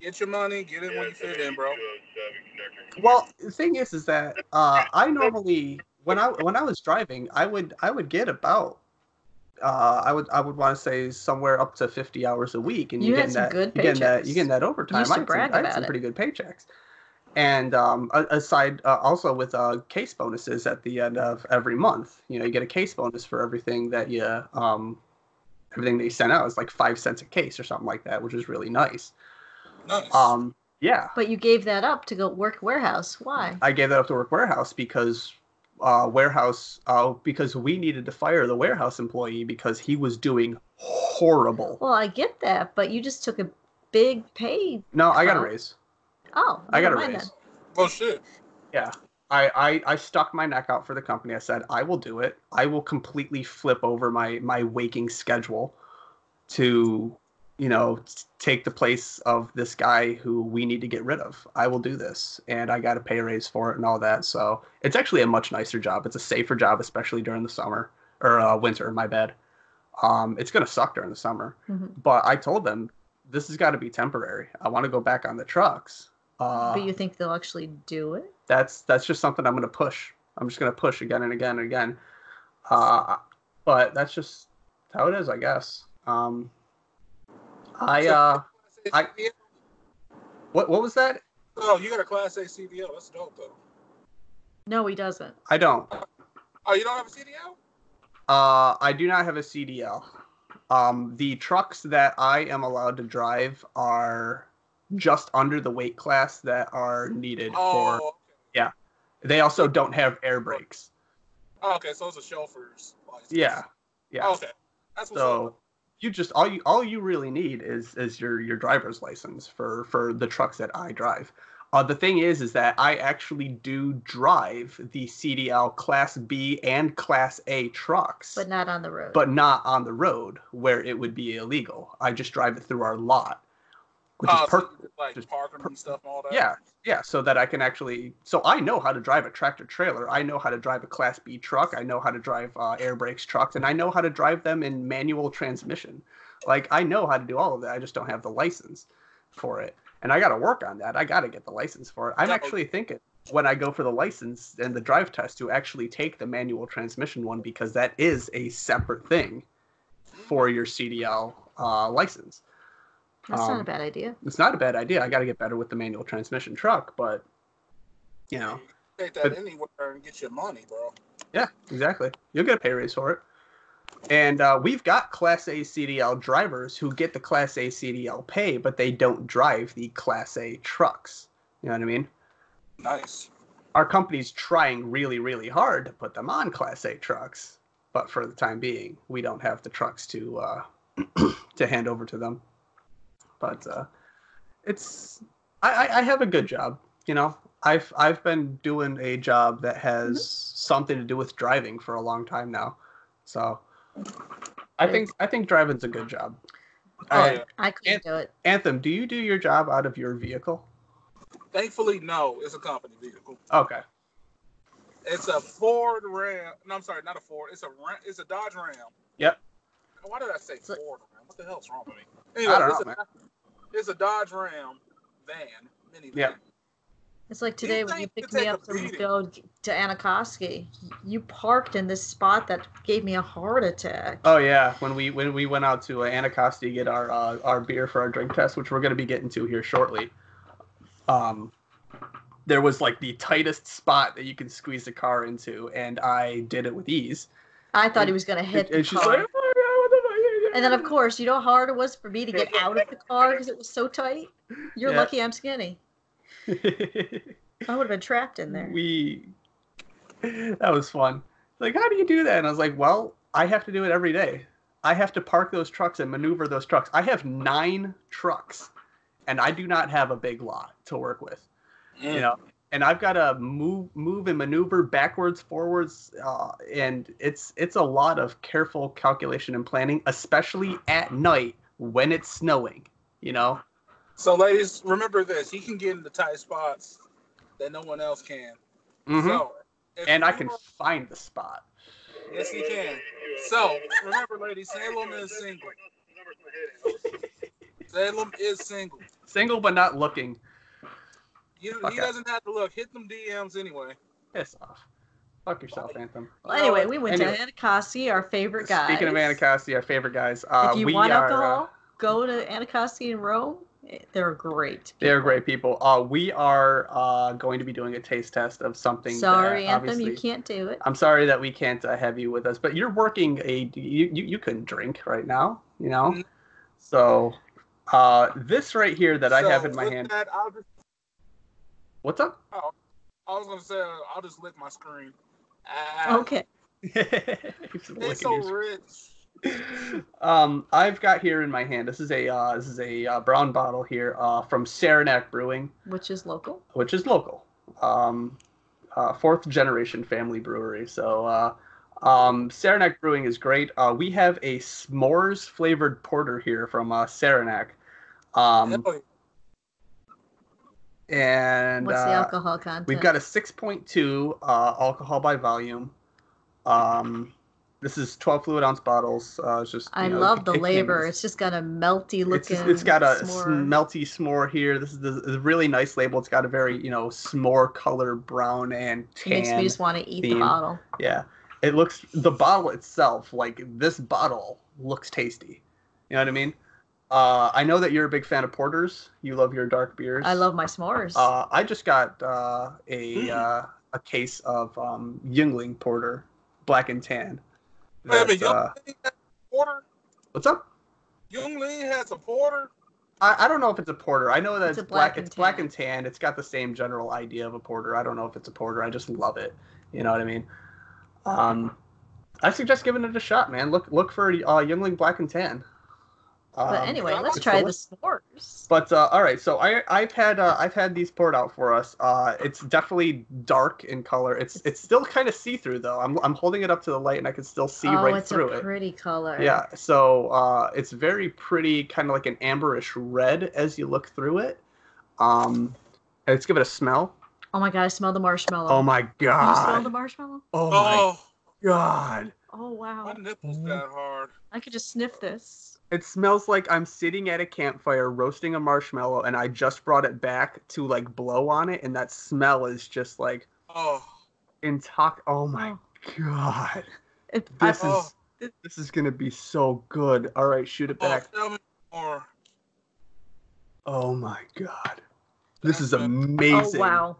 Get your money, get it when you fit in, bro.
Well, the thing is, is that uh, I normally when I when I was driving, I would I would get about uh, I would I would want to say somewhere up to fifty hours a week, and
You
you
had
getting
some
that
good
you getting that
paychecks.
you getting that overtime.
used to
I had,
brag
some, I had
about
some
it.
pretty good paychecks, and um, a- aside uh, also with uh, case bonuses at the end of every month, you know, you get a case bonus for everything that you um, everything that you sent out. It's like five cents a case or something like that, which is really nice.
Nice.
Um, yeah,
But you gave that up to go work warehouse. Why?
I gave that up to work warehouse because uh, warehouse uh, because we needed to fire the warehouse employee because he was doing horrible.
Well, I get that, but you just took a big pay.
No, I got a
Huh?
raise.
Oh,
I got
never
a
mind
raise.
then.
well, shit.
Yeah. I, I, I stuck my neck out for the company. I said, I will do it. I will completely flip over my, my waking schedule to, you know, t- take the place of this guy who we need to get rid of. I will do this. And I got a pay raise for it and all that. So it's actually a much nicer job. It's a safer job, especially during the summer or uh, winter, my bad. Um, it's going to suck during the summer.
Mhm.
But I told them, this has got to be temporary. I want to go back on the trucks. Uh,
but you think they'll actually do it?
that's that's just something I'm gonna push. I'm just gonna push again and again and again. Uh, but that's just how it is, I guess. Um, I uh, I- what what was that?
oh, you got a Class A CDL. That's dope, though.
No, he doesn't.
I don't.
Oh, you don't have a CDL?
Uh, I do not have a CDL. Um, the trucks that I am allowed to drive are just under the weight class that are needed for.
Oh,
They also don't have air brakes.
okay. Oh, okay. So it's a chauffeur's license.
Yeah, yeah.
Okay. That's what's
So
up.
you just all you all you really need is is your your driver's license for for the trucks that I drive. Uh, the thing is, is that I actually do drive the CDL Class B and Class A trucks,
But not on the road.
but not on the road where it would be illegal. I just drive it through our lot, which
Oh,
is
so
perfect.
you could, like
just
parking
per-
and stuff and all that.
Yeah, yeah, so that I can actually. So I know how to drive a tractor trailer. I know how to drive a Class B truck. I know how to drive uh, air brakes trucks, and I know how to drive them in manual transmission. Like I know how to do all of that. I just don't have the license for it, and I got to work on that. I got to get the license for it. I'm
Yeah.
actually thinking when I go for the license and the drive test to actually take the manual transmission one because that is a separate thing for your CDL uh, license
That's not
um,
a bad idea.
it's not a bad idea. I got to get better with the manual transmission truck, but you know,
Take that
But-
anywhere and get your money, bro.
yeah, exactly. You'll get a pay raise for it. And uh, we've got Class A CDL drivers who get the Class A CDL pay, but they don't drive the Class A trucks. You know what I mean?
Nice.
Our company's trying really, really hard to put them on Class A trucks, but for the time being, we don't have the trucks to uh, (clears throat) to hand over to them. But uh, it's I, I, I have a good job. You know, I've I've been doing a job that has
Mm-hmm.
something to do with driving for a long time now. So I think I think driving's a good job.
Oh,
Uh,
yeah.
I couldn't do it.
Anthem, do you do your job out of your vehicle?
Thankfully, no. It's a company vehicle.
Okay.
It's a Ford Ram. No, I'm sorry, not a Ford. It's a Ram. It's a Dodge Ram.
Yep.
Why did I say
So-
Ford Ram? What the hell's wrong with me? Anyway,
I don't
it's,
know,
a, it's a Dodge Ram van. Minivan.
Yeah.
It's like today when
think
you
you
picked
could
me
take a
up to
beating?
go to Anacostia. You parked in this spot that gave me a heart attack.
Oh yeah, when we when we went out to uh, Anacostia to get our uh, our beer for our drink test, which we're going to be getting to here shortly. Um, there was like the tightest spot that you can squeeze a car into, and I did it with ease.
I thought
and-
he was going to hit
and,
the
and she's
car.
like, "Oh my God, what the fuck?"
and then, of course, you know how hard it was for me to get out of the car because it was so tight? You're
Yeah.
(laughs) lucky I'm skinny. I would have been trapped in there.
we that was fun. Like, how do you do that? And I was like, well, I have to do it every day. I have to park those trucks and maneuver those trucks. I have nine trucks, and I do not have a big lot to work with.
Mm.
You know, and I've got to move, move and maneuver backwards, forwards, uh, and it's it's a lot of careful calculation and planning, especially at night when it's snowing. You know,
So, ladies, remember this: he can get into tight spots that no one else can.
Mm-hmm.
Mhm.
So, if
and I
you
can
are-
find the spot.
Yes, he can. So, remember, ladies, Salem is single. Salem is single.
Single but not looking.
You,
Fuck
he
out.
doesn't have to look. Hit them DMs anyway.
Piss off. Fuck yourself, Anthem.
Well, anyway, we went
Anyway.
to Anacostia, our favorite guy.
Speaking of Anacostia, our favorite guys. Uh,
if you
we
want
are,
alcohol,
uh,
go to Anacostia in Rome. Eh, They're great.
They're great people. Uh, we are uh, going to be doing a taste test of something.
Sorry,
that,
Anthem, you
obviously-
can't do it.
I'm sorry that we can't uh, have you with us, but you're working a. You, you, you couldn't drink right now, you know?
Mhm.
So, uh, this right here that I
So,
have in my
with
hand.
That, I'll just,
What's
(laughs)
up? (laughs)
I was gonna say, uh, I'll just lick my screen.
Uh,
Ah,
Okay.
He's licking
It's so
his-
rich.
um, I've got here in my hand. This is a uh, this is a uh, brown bottle here uh, from Saranac Brewing.
Which is local.
which is local, um, uh, fourth generation family brewery. So uh, um, Saranac Brewing is great. Uh, we have a s'mores flavored porter here from uh, Saranac, um,
Hell
and
What's the
uh,
alcohol content?
we've got a 6.2 uh, alcohol by volume. Um, this is 12 fluid ounce bottles. Uh, it's just
I
you know,
love the
it came-
labor. It's just got a melty
It's,
looking.
it's got a
s'more.
melty s'more here. This is the, the really nice label. It's got a very you know s'more color, brown and
It
tan.
makes me just want to eat the
theme.
bottle.
Yeah. It looks the bottle itself, like this bottle looks tasty. You know what I mean? Uh, I know that you're a big fan of porters. You love your dark beers.
I love my s'mores.
Uh, I just got uh,
Hmm.
a uh, a case of um, Yingling porter, black and tan.
Wait a minute,
That's, uh,
Youngling has a porter?
what's up?
Youngling has a porter?
I, I don't know if it's a porter. I know that it's,
It's a
black.
black and
it's black
tan.
and tan. It's got the same general idea of a porter. I don't know if it's a porter. I just love it. You know what I mean? Um, I suggest giving it a shot, man. Look look for uh, Youngling Black and Tan. Um,
but anyway,
I
let's
like
try the
s'mores.
s'mores.
But uh, all right, so I I've had uh, I've had these poured out for us. Uh, it's definitely dark in color. It's it's still kind of see through though. I'm I'm holding it up to the light and I can still see
oh,
right
it's
through
a
it.
pretty color.
Yeah, so uh, it's very pretty, kind of like an amberish red as you look through it. Um, and let's give it a smell.
Oh my god, I smell the marshmallow.
Oh my
You smell the
god!
marshmallow?
Oh my
Oh,
god!
Oh wow.
my nipples got hard.
I could just sniff this.
It smells like I'm sitting at a campfire roasting a marshmallow, and I just brought it back to like blow on it, and that smell is just like
Oh,
intox. Oh my god!
It, I-
This
Oh.
is this is gonna be so good. All right, shoot it
oh
back.
tell me more.
Oh my god! This is
That's good.
oh
amazing.
wow.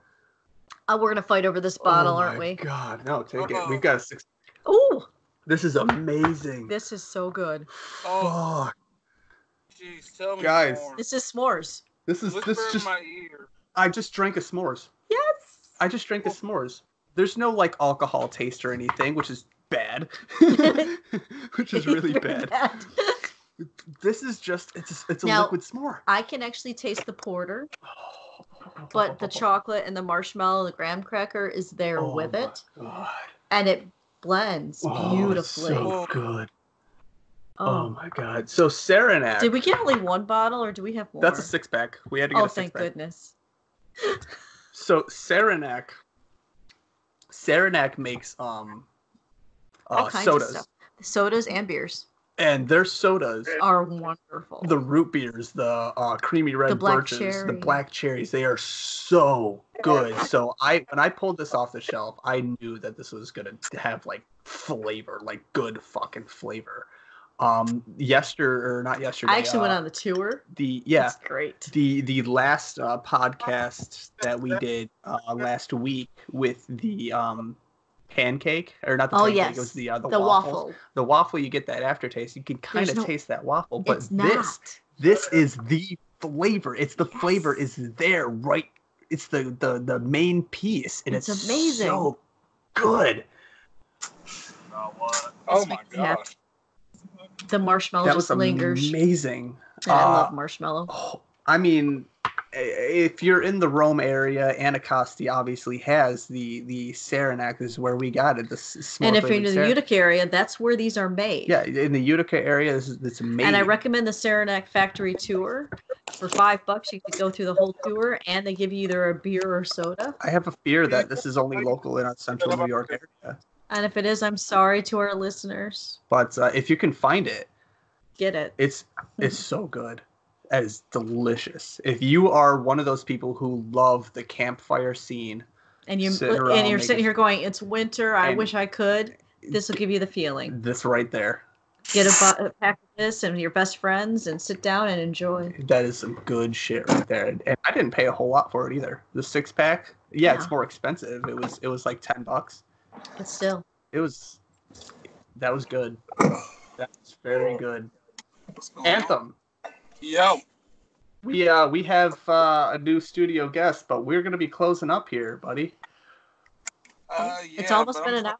Oh, we're gonna fight over this bottle,
Oh
aren't
my
we?
God, no, take it.
Uh-oh.
We've got a six.
Ooh,
This is amazing.
this is so good.
Oh.
Fuck.
Jeez, tell me
Guys.
more.
This is s'mores.
This is
Whisper
this
in
just.
my ear.
I just drank a s'mores.
Yes.
I just
Oh.
drank a s'mores. There's no like alcohol taste or anything, which is bad. (laughs) which
(laughs)
is really bad. This is just it's a, it's a
Now-
liquid s'more.
I can actually taste the porter,
(laughs)
but the chocolate and the marshmallow, the graham cracker is there
Oh
with
my
it,
God.
and it blends
Oh, it's
beautifully.
so good. Oh.
oh,
my god. So Saranac.
did we get only one bottle, or do we have more?
That's a six pack. We had to get
Oh,
a six
thank
pack.
goodness.
So Saranac, Saranac makes um
All
uh,
kinds
sodas,
of stuff. Sodas and beers
and their sodas,
are wonderful.
the root beers, the uh, creamy red
The black
birches, the
cherry.
black cherries, they are so good. So I when I pulled this off the shelf, I knew that this was gonna have like flavor, like good fucking flavor. Um, yester or not yesterday.
I actually went
uh,
on the tour.
the yeah
it's great.
the the last uh, podcast that we did uh, last week with the um pancake or not the
Oh,
pancake
yes.
it was the uh, the,
The,
waffle.
waffle.
the waffle you get that aftertaste you can kind
There's
of
no-
taste that waffle but
it's not.
this this is the flavor it's the flavor
Yes.
is there right it's the the the main piece and it's,
It's amazing.
so good.
Oh
This
my
makes me happy.
gosh.
The marshmallow
that was
just lingers.
amazing.
And I
Uh,
love marshmallow.
Oh, I mean, i- if you're in the Rome area, Anacostia obviously has the the Saranac. This is where we got it. The s- small
And if you're
flavored
in the
Saranac.
Utica area, that's where these are made.
yeah, in the Utica area, this is it's amazing.
And I recommend the Saranac Factory tour. For five bucks, you can go through the whole tour, and they give you either a beer or soda.
I have a fear that this is only local in our central New York area.
And if it is, I'm sorry to our listeners.
But uh, if you can find it,
Get it?
it's it's so good. That is delicious. If you are one of those people who love the campfire scene,
And you
Sit around,
and you're
make
sitting
it-
here going, "It's winter. I
And-
wish I could." This will give you the feeling.
this right there,
Get a, bu- a pack of this and your best friends, and sit down and enjoy.
that is some good shit right there. And I didn't pay a whole lot for it either. The six pack, yeah,
Yeah.
it's more expensive. It was it was like ten bucks.
But still,
It was that was good. That was very good.
What's going on?
Anthem.
Yo.
We uh we have uh, a new studio guest, but we're gonna be closing up here, buddy.
Uh, yeah,
it's almost
but
been
I'm-
an hour.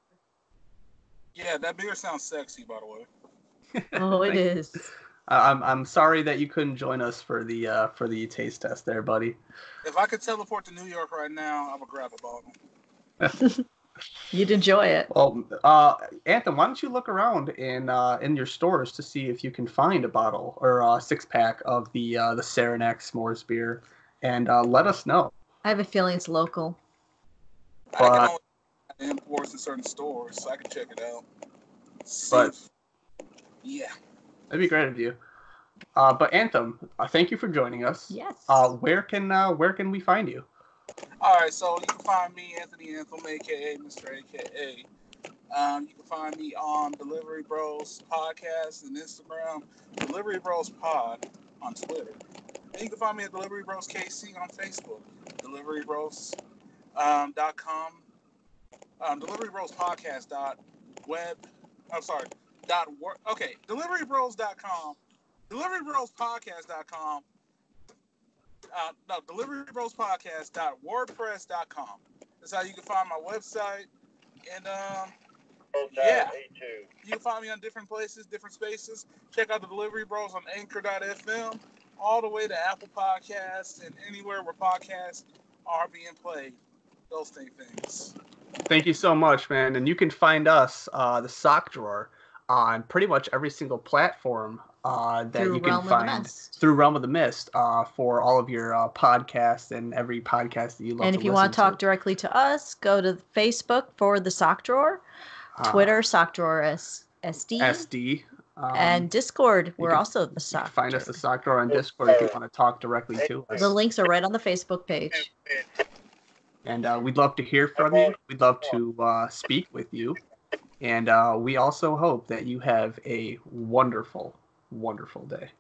Yeah, that beer sounds sexy, by the way.
Oh, it
Thank-
is.
I- Uh, I'm I'm sorry that you couldn't join us for the uh, for the taste test there, buddy.
If I could teleport to New York right now, I would grab a bottle.
You'd enjoy it.
Well, uh, Anthem, why don't you look around in uh, in your stores to see if you can find a bottle or a six pack of the uh, the Saranac S'mores beer, and uh, let us know.
I have a feeling it's local.
I can
But-
only find imports in certain stores, so I can check it out. See
But-
if- yeah,
That'd be great of you. Uh, but Anthem, uh, thank you for joining us.
Yes.
Uh, where can uh, where can we find you?
all right. So you can find me, Anthony Anthem, aka Mr. AKA. Um, you can find me on Delivery Bros Podcast and Instagram, Delivery Bros Pod on Twitter, and you can find me at Delivery Bros KC on Facebook, Delivery Bros um, dot com, um, Delivery Bros Podcast dot web. I'm sorry, dot work. Okay, Delivery Bros dot com, Delivery Bros Podcast dot com. Uh, no, Delivery Bros Podcast dot WordPress dot com. That's how you can find my website and um. Yeah. You can find me on different places, different spaces. Check out the Delivery Bros on anchor.fm, all the way to Apple Podcasts and anywhere where podcasts are being played. Those three things.
Thank you so much, man. And you can find us, uh, the Sock Drawer, on pretty much every single platform uh, that
Through
you can
Realm of the
find
Mist.
through Realm of the Mist uh, for all of your uh, podcasts and every podcast that you love.
And
to
if you want to
listen
talk directly to us, go to Facebook for the sock drawer,
Uh,
Twitter sock drawer S- SD,
SD. Um,
and Discord. We're
can-
also the
you can
sock.
find us the
Drawer.
Sock Drawer on Discord if you want to talk directly to us.
The links are right on the Facebook page.
and uh, we'd love to hear from you. We'd love to uh, speak with you, and uh, we also hope that you have a wonderful, wonderful day.